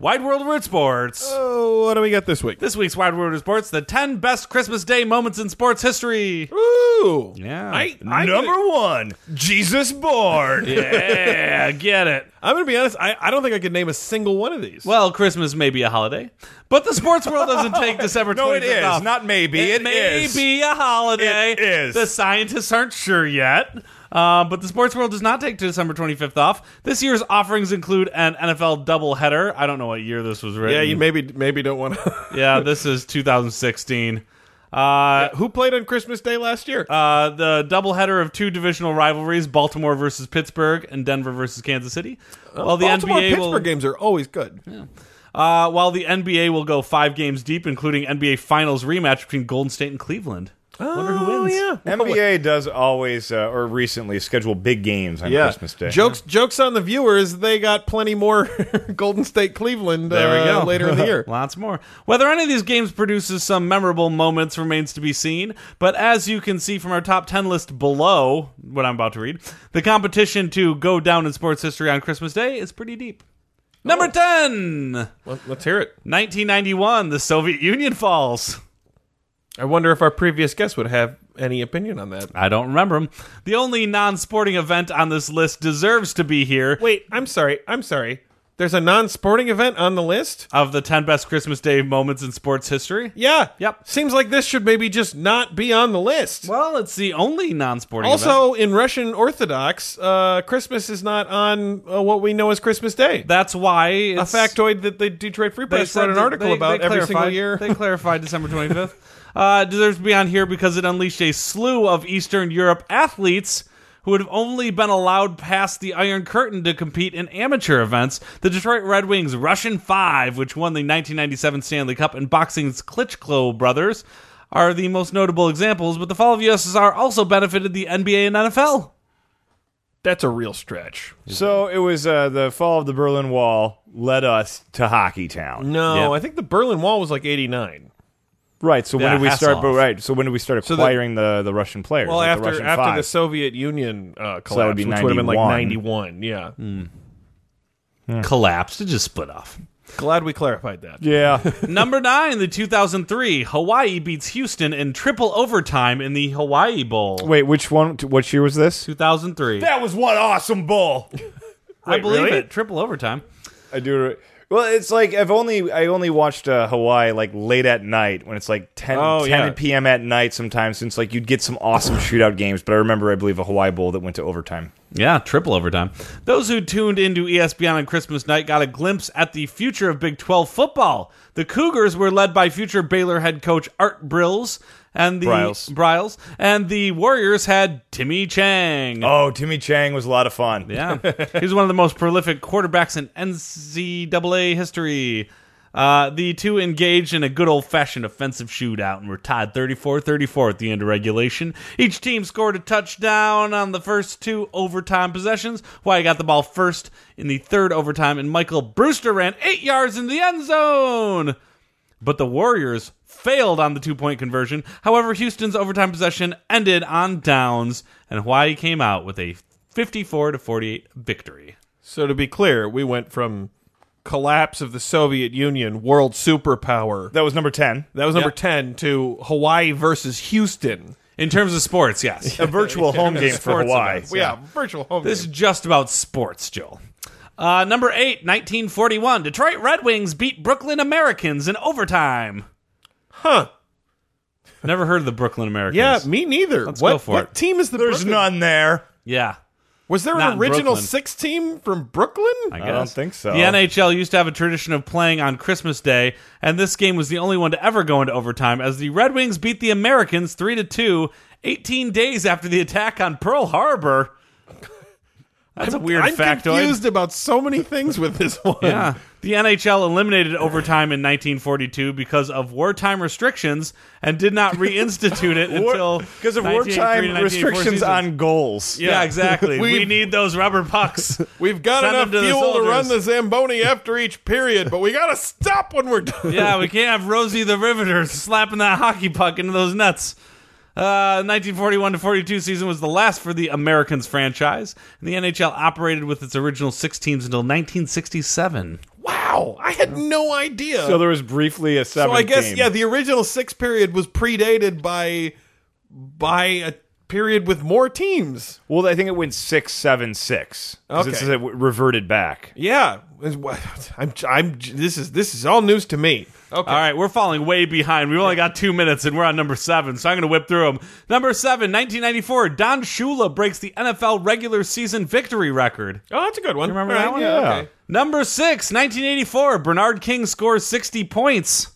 C: Wide world of weird sports.
D: So Oh, what do we got this week?
C: This week's wide world of sports: the ten best Christmas Day moments in sports history.
D: Ooh.
C: Yeah,
D: I, I
B: Number one, Jesus born.
C: yeah, get it.
D: I'm gonna be honest. I, I don't think I could name a single one of these.
C: Well, Christmas may be a holiday, but the sports world doesn't take December 25th
B: No, Oh, it is
C: off.
B: not maybe.
C: it,
B: It,
C: may
B: is.
C: be a holiday.
B: It is.
C: The scientists aren't sure yet. Uh, but the sports world does not take December 25th off. This year's offerings include an NFL doubleheader. I don't know what year this was written.
D: yeah, you maybe maybe don't want to.
C: Yeah, this is 2016. Uh,
D: Who played on Christmas Day last year?
C: uh, the doubleheader of two divisional rivalries, Baltimore versus Pittsburgh and Denver versus Kansas City. Well, the
D: Baltimore
C: NBA
D: Pittsburgh
C: will-
D: games are always good.
C: Uh, while the NBA will go five games deep, including NBA Finals rematch between Golden State and Cleveland. Oh, Wonder who wins.
D: yeah.
B: NBA does always uh, or recently schedule big games on
D: Yeah.
B: Christmas Day.
D: Jokes jokes on the viewers. They got plenty more Golden State Cleveland
C: There we
D: uh,
C: go.
D: later in the year.
C: Lots more. Whether any of these games produces some memorable moments remains to be seen, but as you can see from our top 10 list below, what I'm about to read, the competition to go down in sports history on Christmas Day is pretty deep.
D: Oh.
C: Number 10,
D: Let, let's hear it.
C: 1991, the Soviet Union falls.
D: I wonder if our previous guest would have any opinion on that.
C: I don't remember them. The only non sporting event on this list deserves to be here.
D: Wait, I'm sorry. I'm sorry. There's a non-sporting event on the list.
C: of the 10 best Christmas Day moments in sports history.
D: Yeah.
C: Yep.
D: Seems like this should maybe just not be on the list.
C: Well, it's the only non-sporting event.
D: Also, in Russian Orthodox, uh, Christmas is not on uh, what we know as Christmas Day.
C: that's why it's,
D: a factoid that the Detroit Free
C: they
D: Press
C: said
D: wrote an
C: that
D: article
C: they-
D: about
C: they
D: every single
C: clarified-
D: year.
C: They clarified December 25th. Uh, it deserves to be on here because it unleashed a slew of Eastern Europe athletes who would have only been allowed past the Iron Curtain to compete in amateur events. The Detroit Red Wings' Russian Five, which won the 1997 Stanley Cup, and boxing's Klitschko brothers are the most notable examples, but the fall of USSR also benefited the NBA and NFL.
D: That's a real stretch.
B: So it was uh, the fall of the Berlin Wall led us to Hockey Town.
D: No,
C: Yeah.
D: I think the Berlin Wall was like 89.
B: Right. So when
C: Yeah,
B: did we
C: hats
B: start?
C: off.
B: But right. So when did we start
D: the-
B: acquiring the, the, Russian players?
D: Well,
B: like the
D: after
B: Russian
D: after
B: five?
D: the Soviet Union uh, collapsed,
B: that would be
D: which would have been like
B: 91.
D: 91. Yeah.
C: Hmm. collapsed. It just split off.
D: Glad we clarified that.
B: yeah,
C: Number nine, the 2003 Hawaii beats Houston in triple overtime in the Hawaii Bowl.
B: wait, which one? Which year was this?
C: 2003.
B: That was one awesome bowl.
C: I believe
B: really?
C: it. Triple overtime.
B: I do. re- Well, it's like I've only I only watched uh, Hawaii like late at night when it's like 10,
D: Oh,
B: 10
D: yeah.
B: p.m. at night sometimes since like you'd get some awesome shootout games. But I remember I believe a Hawaii bowl that went to overtime.
C: Yeah, triple overtime. Those who tuned into E ESPN on Christmas night got a glimpse at the future of Big 12 football. The Cougars were led by future Baylor head coach Art Brills and the
B: Briles.
C: Briles, and the Warriors had Timmy Chang.
B: Oh, Timmy Chang was a lot of fun.
C: Yeah. He's one of the most prolific quarterbacks in NCAA history. Uh, the two engaged in a good old fashioned offensive shootout and were tied 34 34 at the end of regulation. Each team scored a touchdown on the first two overtime possessions. Wyatt got the ball first in the third overtime, and Michael Brewster ran eight yards into the end zone. But the Warriors failed on the two point conversion. However, Houston's overtime possession ended on downs, and Hawaii came out with a 54 to 48 victory.
D: So to be clear, we went from collapse of the Soviet Union, world superpower.
B: That was number ten.
D: That was number
C: Yep.
D: 10 to Hawaii versus Houston.
C: In terms of sports, yes.
B: A virtual home game for
C: Sports
B: Hawaii.
C: events,
D: yeah, virtual home.
C: This
D: game.
C: is just about sports, Joel. Uh, number eight, 1941. Detroit Red Wings beat Brooklyn Americans in overtime.
D: huh?
C: Never heard of the Brooklyn Americans.
D: Yeah, me neither.
C: Let's
D: what,
C: go for
D: what
C: it.
D: team is the?
B: There's
D: Brooklyn-
B: none there.
C: Yeah.
D: Was there
C: Not
D: an
C: in
D: original
C: Brooklyn.
D: six team from Brooklyn?
B: I don't think so.
C: The NHL used to have a tradition of playing on Christmas Day, and this game was the only one to ever go into overtime as the Red Wings beat the Americans 3 to 2 18 days after the attack on Pearl Harbor. That's a weird
D: I'm
C: factoid.
D: confused about so many things with this one.
C: Yeah. The NHL eliminated overtime in 1942 because of wartime restrictions and did not reinstitute it until
B: because
C: 1983
B: of
C: to
B: wartime
C: 1984
B: restrictions
C: season.
B: on goals.
C: Yeah, exactly. we,
D: We-
C: need those rubber pucks.
D: We've got
C: Send
D: enough
C: them to the
D: fuel to run the
C: soldiers.
D: Zamboni after each period, but we got to stop when we're done.
C: yeah, we can't have Rosie the Riveter slapping that hockey puck into those nuts. Uh, 1941 to 42 season was the last for the Americans franchise, and the NHL operated with its original six teams until 1967.
D: Wow, I had no idea.
B: So there was briefly a seven.
D: So I guess
B: game.
D: yeah, the original six period was predated by by a period with more teams.
B: well, I think it went six, seven, six. 'Cause It
D: Okay.
B: says it w- reverted back.
D: Yeah, It's- wha- I'm I'm this is this is all news to me. Okay,
C: All right, we're falling way behind. We've only got two minutes, and we're on number seven, so I'm going to whip through them. Number seven, 1994, Don Shula breaks the NFL regular season victory record.
D: oh, that's a good one.
C: remember
D: All
C: that
D: right,
C: one?
D: Yeah,
B: Yeah.
D: okay.
C: Number six, 1984, Bernard King scores 60 points.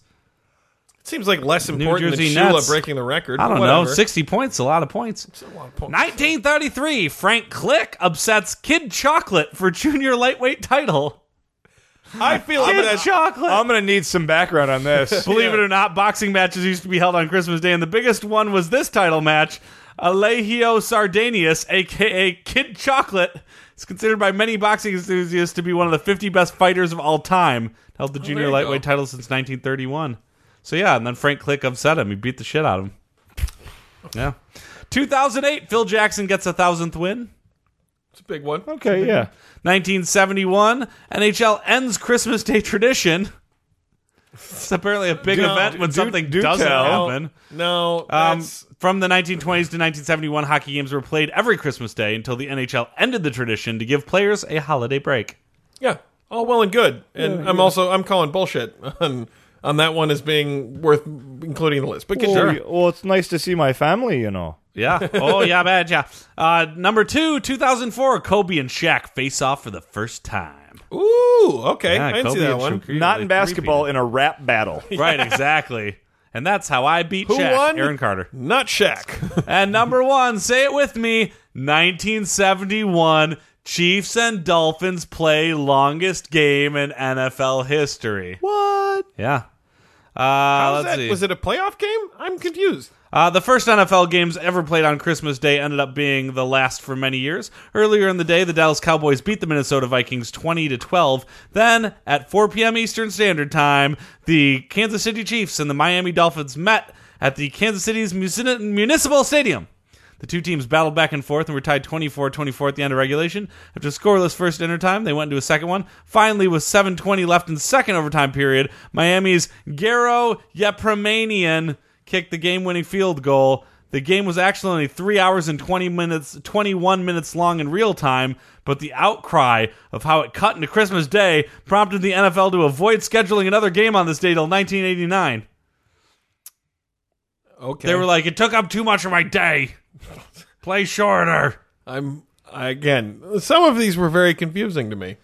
D: Seems like less important than
C: Jersey
D: Shula
C: Nets.
D: breaking the record.
C: I don't
D: whatever.
C: know, 60 points, a lot of points.
D: A lot of points.
C: 1933, Frank Click upsets Kid Chocolate for junior lightweight title.
D: I feel like
C: Kid
D: that's
C: Chocolate.
B: I'm gonna need some background on this.
C: Believe it or not, boxing matches used to be held on Christmas Day, and the biggest one was this title match. Alejio Sardanius, aka Kid Chocolate, is considered by many boxing enthusiasts to be one of the 50 best fighters of all time. Held the junior
D: Oh, you
C: lightweight
D: go.
C: title since 1931. So yeah, and then Frank Click upset him. He beat the shit out of him. Yeah. 2008, Phil Jackson gets a thousandth win.
D: a big one.
B: okay, yeah.
C: 1971, NHL ends Christmas Day tradition. It's apparently a big event when
B: do-
C: something
B: do
C: doesn't
B: tell.
C: happen.
D: No,
C: Um,
D: that's
C: from the 1920s to 1971, hockey games were played every Christmas Day until the NHL ended the tradition to give players a holiday break.
D: yeah, all well and good. And I'm also I'm calling bullshit on on that one as being worth including in the list. But
B: Well,
D: continue.
B: y- well, it's nice to see my family. You know.
C: Yeah. Oh, yeah, bad, yeah. Uh, number two, 2004, Kobe and Shaq face off for the first time.
D: Ooh, okay,
C: Yeah,
D: I didn't
C: Kobe
D: see that
C: and
D: one.
C: Shaquille,
B: Not
C: they
B: in basketball, in a rap battle.
C: creepy. Right, exactly. And that's how I beat
D: Who
C: Shaq,
D: won?
C: Aaron Carter.
D: Not Shaq.
C: And number one, say it with me 1971, Chiefs and Dolphins play longest game in NFL history.
B: what?
C: Yeah. Uh,
D: How's
C: let's
D: that?
C: see.
D: Was it a playoff game? I'm confused.
C: Uh, the first NFL games ever played on Christmas Day ended up being the last for many years. Earlier in the day, the Dallas Cowboys beat the Minnesota Vikings 20 to 12. Then, at 4 p.m. Eastern Standard Time, the Kansas City Chiefs and the Miami Dolphins met at the Kansas City's Munici- Municipal Stadium. The two teams battled back and forth and were tied 24 24 at the end of regulation. After scoreless first intertime, they went into a second one. Finally, with 7.20 left in second overtime period, Miami's Garo Yepramanian kicked the game winning field goal. The game was actually only three hours and 20 minutes, 21 minutes long in real time, but the outcry of how it cut into Christmas Day prompted the NFL to avoid scheduling another game on this day till 1989.
D: Okay,
C: They were like, it took up too much of my day. Play shorter.
D: I'm again. Some of these were very confusing to me.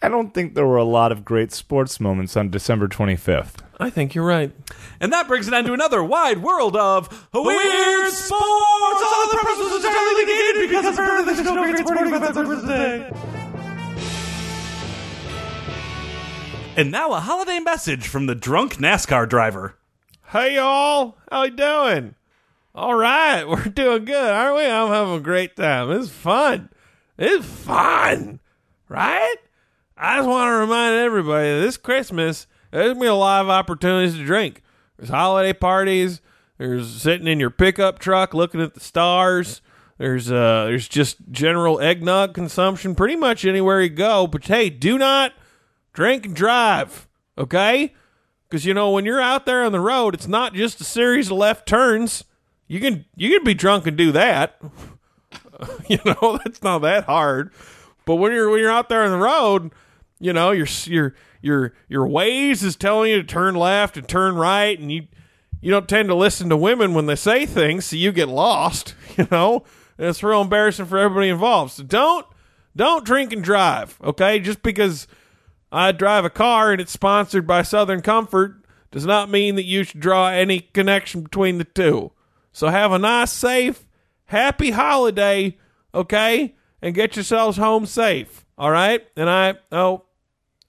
B: I don't think there were a lot of great sports moments on December 25th.
D: I think you're right.
C: And that brings an end to another wide world of weird sports. All the premise was entirely negated because apparently there's no great sporting events on Christmas Day. And now a holiday message from the drunk NASCAR driver.
D: Hey y'all, how you doing? All right, we're doing good, aren't we? I'm having a great time. It's fun. It's fun, right? I just want to remind everybody that this Christmas there's gonna be a lot of opportunities to drink. There's holiday parties. There's sitting in your pickup truck looking at the stars. There's uh there's just general eggnog consumption pretty much anywhere you go. But hey, do not drink and drive, okay? Because, you know, when you're out there on the road, it's not just a series of left turns. You can you can be drunk and do that. you know that's not that hard. But when you're when you're out there on the road, you know your s- your your your ways is telling you to turn left and turn right, and you you don't tend to listen to women when they say things, so you get lost. You know, and it's real embarrassing for everybody involved. So don't don't drink and drive. Okay, just because I drive a car and it's sponsored by Southern Comfort does not mean that you should draw any connection between the two. So have a nice, safe, happy holiday, okay? And get yourselves home safe, all right? And I, oh,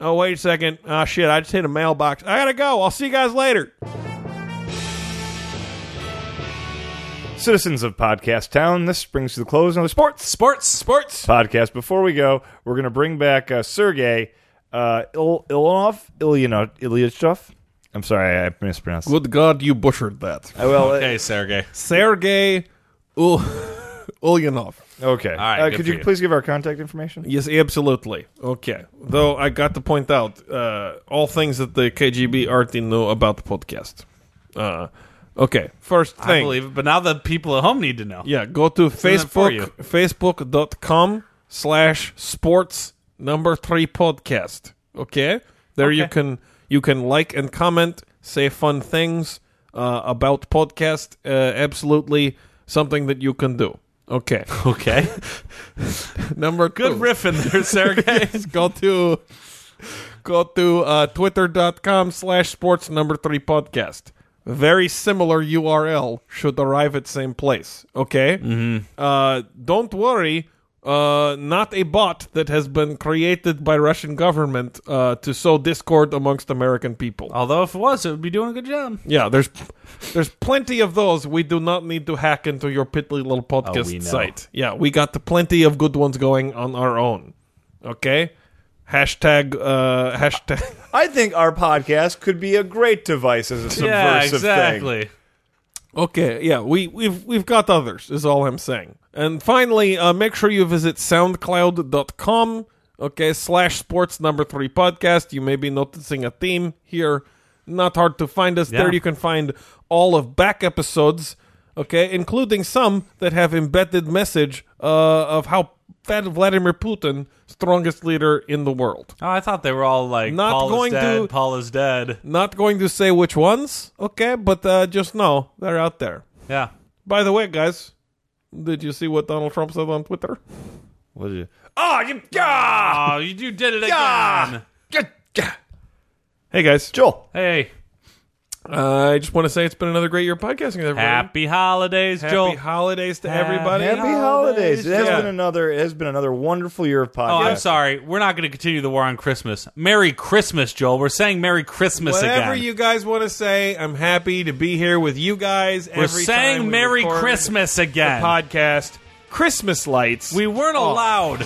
D: oh, wait a second. Oh, shit, I just hit a mailbox. I gotta go. I'll see you guys later.
B: Citizens of Podcast Town, this brings to the close another sports
D: Sports, sports.
B: podcast. Before we go, we're going to bring back uh, Sergey uh, Il- Ilanov, Ilyanov, Ilyachov. I'm sorry, I mispronounced.
D: Good God, you butchered that.
B: I will. uh,
C: Hey, Sergey.
D: Sergey Ul- Ulyanov.
B: Okay.
C: right,
B: uh,
C: good
B: could
C: for
B: you,
C: you.
B: please give our contact information?
D: Yes, absolutely. Okay. Though I got to point out uh, all things that the KGB already know about the podcast. Uh, okay. First
C: I
D: thing.
C: believe it, but now the people at home need to know.
D: Yeah, go to
C: in it for you.
D: Facebook Facebook.com slash sports number three podcast. Okay? There you
C: Okay.
D: can you can like and comment, say fun things uh, about podcast. Uh, absolutely something that you can do. Okay.
C: Okay.
D: number
C: Good
D: two.
C: riff in there, Sergey.
D: Yes, go to go to uh, twitter.com slash sports number three podcast very similar url should arrive at same place okay uh, don't worry uh, not a bot that has been created by russian government uh, to sow discord amongst american people
C: Although if it was, it would be doing a good job.
D: yeah there's there's plenty of those we do not need to hack into your piddly little
C: Oh, we
D: podcast
C: know.
D: site yeah we got the plenty of good ones going on our own okay hashtag uh hashtag
B: I think our podcast could be a great device as a subversive
C: yeah,
B: thing.
C: exactly.
D: Okay, yeah, we we've we've got others is all I'm saying. And finally, uh, make sure you visit soundcloud.com. Okay, slash sports number three podcast. You may be noticing a theme here. Not hard to find us there.
C: Yeah.
D: You can find all of back episodes. Okay, including some that have embedded message uh, of how Fat Vladimir Putin, strongest leader in the world.
C: Oh, I thought they were all like
D: Not
C: Paul
D: going
C: is dead,
D: to-
C: Paul is dead.
D: Not going to say which ones. Okay, but uh, just know they're out there.
C: Yeah.
D: By the way, guys, did you see what Donald Trump said on Twitter?
B: What did you? Oh, you, ah,
C: Oh, you, you did it again.
B: Yeah. Gah, gah.
D: Hey, guys,
B: Joel,
C: Hey,
D: uh, I just want to say it's been another great year of podcasting. Everybody.
C: happy holidays,
D: Happy
C: Joel.
D: holidays to everybody.
B: happy
C: Happy
B: holidays! It has
D: yeah.
B: been another. It has been another wonderful year of podcast.
C: oh, I'm sorry. We're not going to continue the war on Christmas. Merry Christmas, Joel. We're saying Merry Christmas
D: Whatever
C: again.
D: you guys want to say, I'm happy to be here with you guys.
C: We're
D: every
C: saying
D: time we
C: Merry
D: record
C: Christmas
D: the
C: again.
D: podcast. Christmas lights. Oh.
C: we weren't allowed.